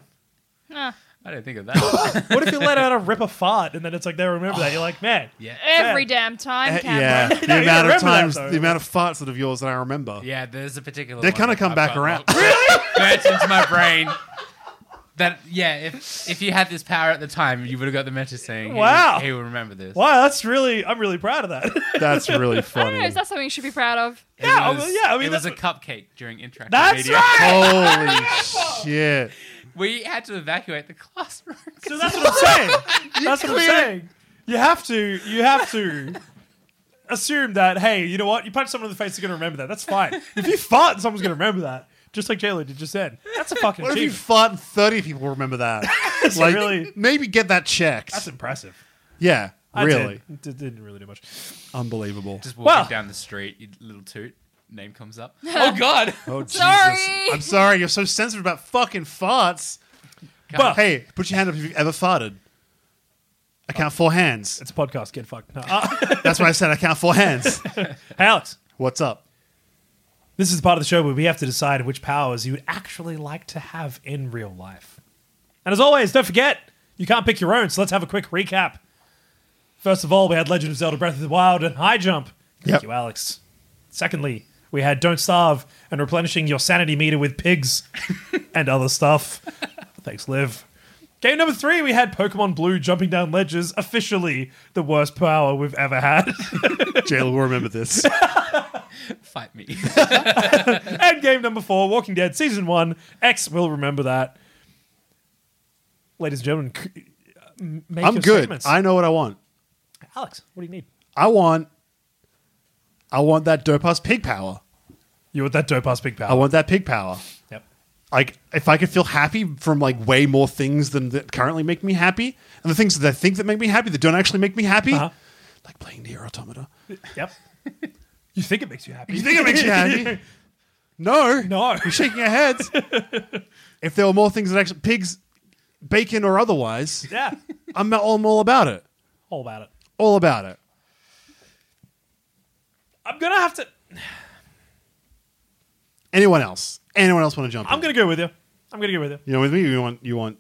Speaker 4: I didn't think of that.
Speaker 1: What if you let out a rip a fart and then it's like they remember that? You're like, man,
Speaker 4: yeah.
Speaker 3: Every damn
Speaker 2: Uh,
Speaker 3: time, Cameron.
Speaker 2: yeah, the
Speaker 1: No, you
Speaker 2: amount of
Speaker 1: remember that,
Speaker 2: times,
Speaker 1: though.
Speaker 2: the amount of farts out of yours that I remember.
Speaker 4: Yeah, there's a particular.
Speaker 2: They
Speaker 4: one
Speaker 2: kinda
Speaker 4: that
Speaker 2: come
Speaker 4: I've
Speaker 2: back
Speaker 4: got
Speaker 2: around.
Speaker 4: locked- burnt into my brain. That yeah, if if you had this power at the time, you would have got the message saying, he-
Speaker 1: Wow.
Speaker 4: he, will remember this."
Speaker 1: wow, that's really, I'm really proud of that.
Speaker 2: That's really
Speaker 3: I don't know.
Speaker 2: funny.
Speaker 3: Is that something you should be proud of?
Speaker 4: It
Speaker 1: Yeah,
Speaker 4: was-
Speaker 1: I mean, yeah, I mean,
Speaker 4: it was a
Speaker 1: that's-
Speaker 4: cupcake during interactive
Speaker 1: that's
Speaker 4: media.
Speaker 1: right.
Speaker 2: Holy shit!
Speaker 4: We had to evacuate the classroom.
Speaker 1: So that's what I'm saying. that's what I'm
Speaker 4: clear it.
Speaker 1: saying. You have to, you have to assume that, hey, you know what? You punch someone in the face, they're going to remember that. That's fine. If you fart, someone's going to remember that. Just like Jalen did just said. That's a fucking
Speaker 2: What if you
Speaker 1: achievement.
Speaker 2: fart and thirty people remember that? like,
Speaker 1: really-
Speaker 2: maybe get that checked.
Speaker 1: That's impressive.
Speaker 2: yeah,
Speaker 1: I
Speaker 2: really
Speaker 1: Did, did, didn't really do much.
Speaker 2: unbelievable.
Speaker 4: Just walking
Speaker 1: Wow.
Speaker 4: down the street, you little toot. Name comes up. oh God!
Speaker 2: oh Jesus!
Speaker 3: Sorry.
Speaker 2: I'm sorry. You're so sensitive about fucking farts.
Speaker 1: But
Speaker 2: Hey, put your hand up if you've ever farted. I count four hands.
Speaker 1: it's a podcast. Get fucked. No. Uh,
Speaker 2: That's why I said I count four hands.
Speaker 1: hey, Alex.
Speaker 2: What's up?
Speaker 1: This is the part of the show where we have to decide which powers you would actually like to have in real life. And as always, don't forget, you can't pick your own, so let's have a quick recap. First of all, we had Legend of Zelda Breath of the Wild and High Jump. Thank
Speaker 2: Yep.
Speaker 1: you, Alex. Secondly, we had Don't Starve and replenishing your sanity meter with pigs and other stuff. Thanks, Liv. Game number three, we had Pokemon Blue jumping down ledges, officially the worst power we've ever had.
Speaker 2: Jayla will remember this.
Speaker 4: Fight me.
Speaker 1: And game number four, Walking Dead season one. X will remember that. Ladies and gentlemen, c- uh, m- make
Speaker 2: I'm
Speaker 1: your
Speaker 2: good.
Speaker 1: statements.
Speaker 2: I know what I want.
Speaker 1: Alex, what do you need?
Speaker 2: I want. I want that dope ass pig power.
Speaker 1: You want that dope ass big power?
Speaker 2: I want that pig power.
Speaker 1: Yep.
Speaker 2: Like if I could feel happy from like way more things than that currently make me happy, and the things that I think that make me happy that don't actually make me happy,
Speaker 1: Uh-huh.
Speaker 2: like playing Near Automata.
Speaker 1: Yep. you think it makes you happy?
Speaker 2: You think it makes you happy? No,
Speaker 1: No.
Speaker 2: We're shaking our heads. if there were more things that actually pigs, bacon or otherwise,
Speaker 1: yeah.
Speaker 2: I'm all, I'm all about it.
Speaker 1: All about it.
Speaker 2: All about it.
Speaker 1: I'm gonna have to.
Speaker 2: Anyone else? Anyone else want to jump?
Speaker 1: I'm
Speaker 2: in?
Speaker 1: gonna go with you. I'm gonna go with you.
Speaker 2: You know, with me, you want you want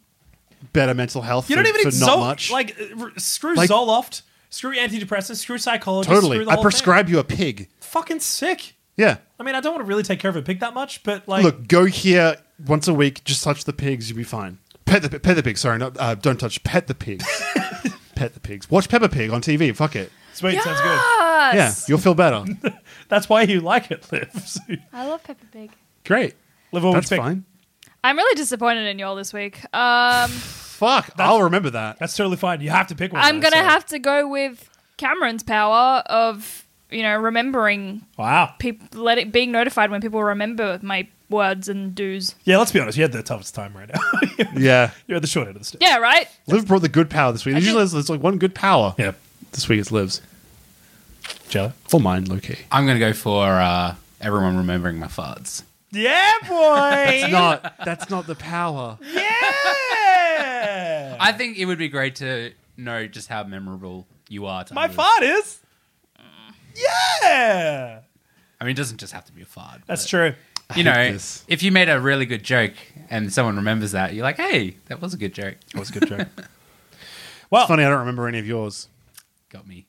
Speaker 2: better mental health.
Speaker 1: You
Speaker 2: for,
Speaker 1: don't even
Speaker 2: for
Speaker 1: need
Speaker 2: not
Speaker 1: Zol-
Speaker 2: much.
Speaker 1: Like uh, r- screw
Speaker 2: Like-
Speaker 1: Zoloft, screw antidepressants, screw psychologists. Screw
Speaker 2: totally.
Speaker 1: the
Speaker 2: I
Speaker 1: whole
Speaker 2: prescribe you a pig.
Speaker 1: Thing. Fucking sick.
Speaker 2: Yeah.
Speaker 1: I mean, I don't want to really take care of a pig that much, but like,
Speaker 2: Look, go here once a week. Just touch the pigs. You'll be fine. Pet the pet the pig. Sorry, not uh, don't touch. Pet the pigs. pet the pigs. Watch Peppa Pig on TV. Fuck it.
Speaker 1: sweet, sounds good.
Speaker 2: Yeah, you'll feel better.
Speaker 1: That's why you like it, Liv. So,
Speaker 3: I love Peppa Pig.
Speaker 2: Great.
Speaker 1: Liv, what would you
Speaker 2: That's
Speaker 1: pick?
Speaker 2: fine.
Speaker 3: I'm really disappointed in y'all this week. Um,
Speaker 2: Fuck. I'll remember that.
Speaker 1: That's totally fine. You have to pick one.
Speaker 3: I'm
Speaker 1: though,
Speaker 3: gonna
Speaker 1: so-
Speaker 3: have to go with Cameron's power of you know remembering
Speaker 1: Wow.
Speaker 3: people, let it being notified when people remember my words and do's.
Speaker 1: Yeah, let's be honest. You had the toughest time right now.
Speaker 2: Yeah.
Speaker 1: You're at the short end of the stick.
Speaker 3: Yeah, right.
Speaker 2: Liv brought the good power this week. Usually there's, there's like one good power.
Speaker 1: Yeah.
Speaker 2: This week it's Liv's.
Speaker 1: Jelly.
Speaker 2: For mine, low key.
Speaker 4: I'm gonna go for uh, everyone remembering my farts.
Speaker 1: Yeah, boy.
Speaker 2: Not. That's not the power.
Speaker 1: yeah.
Speaker 4: I think it would be great to know just how memorable you are. To
Speaker 1: My
Speaker 4: others.
Speaker 1: fart is. Yeah,
Speaker 4: I mean, it doesn't just have to be a fart.
Speaker 1: that's
Speaker 4: but,
Speaker 1: true.
Speaker 4: You
Speaker 2: hate
Speaker 4: know,
Speaker 2: this.
Speaker 4: if you made a really good joke and someone remembers that, you're like, hey, that was a good joke.
Speaker 2: That was a good joke.
Speaker 1: Oh. Well,
Speaker 2: It's funny, I don't remember any of yours.
Speaker 4: Got me.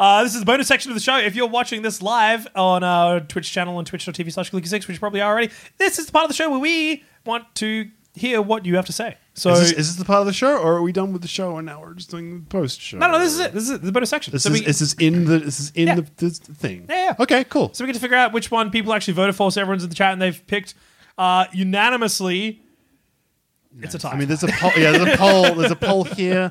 Speaker 1: Uh, this is the bonus section of the show. If you're watching this live on our Twitch channel on twitch.tv slash clicky6, which you probably are already, this is the part of the show where we want to hear what you have to say. So,
Speaker 2: Is this, is this the part of the show, or are we done with the show and now we're just doing the post show?
Speaker 1: no, no, this is it. This is the bonus section.
Speaker 2: This
Speaker 1: so
Speaker 2: is,
Speaker 1: we,
Speaker 2: this is in the this is in
Speaker 1: Yeah.
Speaker 2: the this thing.
Speaker 1: Yeah, yeah.
Speaker 2: Okay. Cool.
Speaker 1: So we get to figure out which one people actually voted for. So everyone's in the chat and they've picked uh, unanimously. it's a tie.
Speaker 2: I mean, there's a poll. Yeah, there's a poll. There's a poll here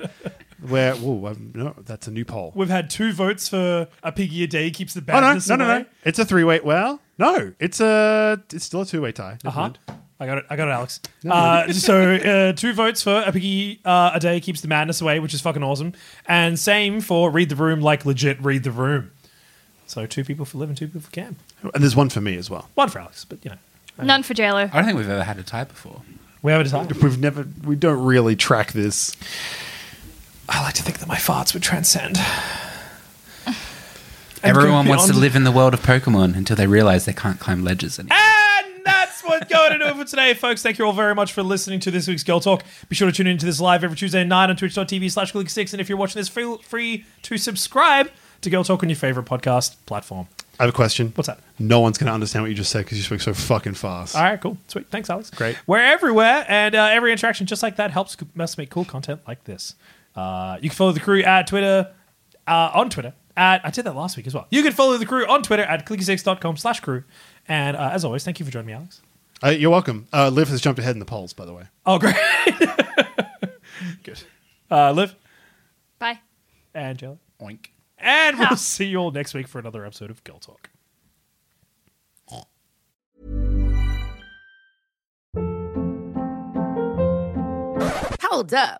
Speaker 2: where. Whoa, um, no, that's a new poll.
Speaker 1: We've had two votes for a piggy a day keeps the
Speaker 2: Oh no,
Speaker 1: badness
Speaker 2: no, no, no!
Speaker 1: away.
Speaker 2: It's a three-way. Well, no, it's a. It's still a two-way tie. Never
Speaker 1: Uh-huh.
Speaker 2: mind.
Speaker 1: I got it. I got it, Alex. Uh, so uh, two votes for a piggy uh, a day keeps the madness away, which is fucking awesome. And same for read the room, like legit read the room. So two people for live and two people for Cam.
Speaker 2: And there's one for me as well.
Speaker 1: One for Alex, but you know
Speaker 3: None for JLo.
Speaker 4: I don't think we've ever had a tie before.
Speaker 1: we have a time.
Speaker 2: We've never. We don't really track this.
Speaker 1: I like to think that my farts would transcend. And go
Speaker 4: Everyone wants to
Speaker 1: beyond-
Speaker 4: live in the world of Pokemon until they realize they can't climb ledges anymore.
Speaker 1: And that's what's going to do it for today, folks. Thank you all very much for listening to this week's Girl Talk. Be sure to tune into this live every Tuesday night on twitch.tv slash click6. And if you're watching this, feel free to subscribe to Girl Talk on your favorite podcast platform.
Speaker 2: I have a question.
Speaker 1: What's that?
Speaker 2: No one's going to understand what you just said because you spoke so fucking fast.
Speaker 1: All right, cool. Sweet. Thanks, Alex.
Speaker 2: Great.
Speaker 1: We're everywhere, and uh, every interaction just like that helps us make cool content like this. Uh, you can follow the crew at Twitter, uh, on Twitter. At, I did that last week as well. You can follow the crew on Twitter at clicky6.com slash crew. And uh, as always, thank you for joining me, Alex.
Speaker 2: Uh, you're welcome. Uh, Liv has jumped ahead in the polls, by the way.
Speaker 1: Oh, great. Good. Uh, Liv
Speaker 3: Bye.
Speaker 1: and Jelly.
Speaker 4: Oink.
Speaker 1: And we'll see you all next week for another episode of Girl Talk.
Speaker 6: Hold up.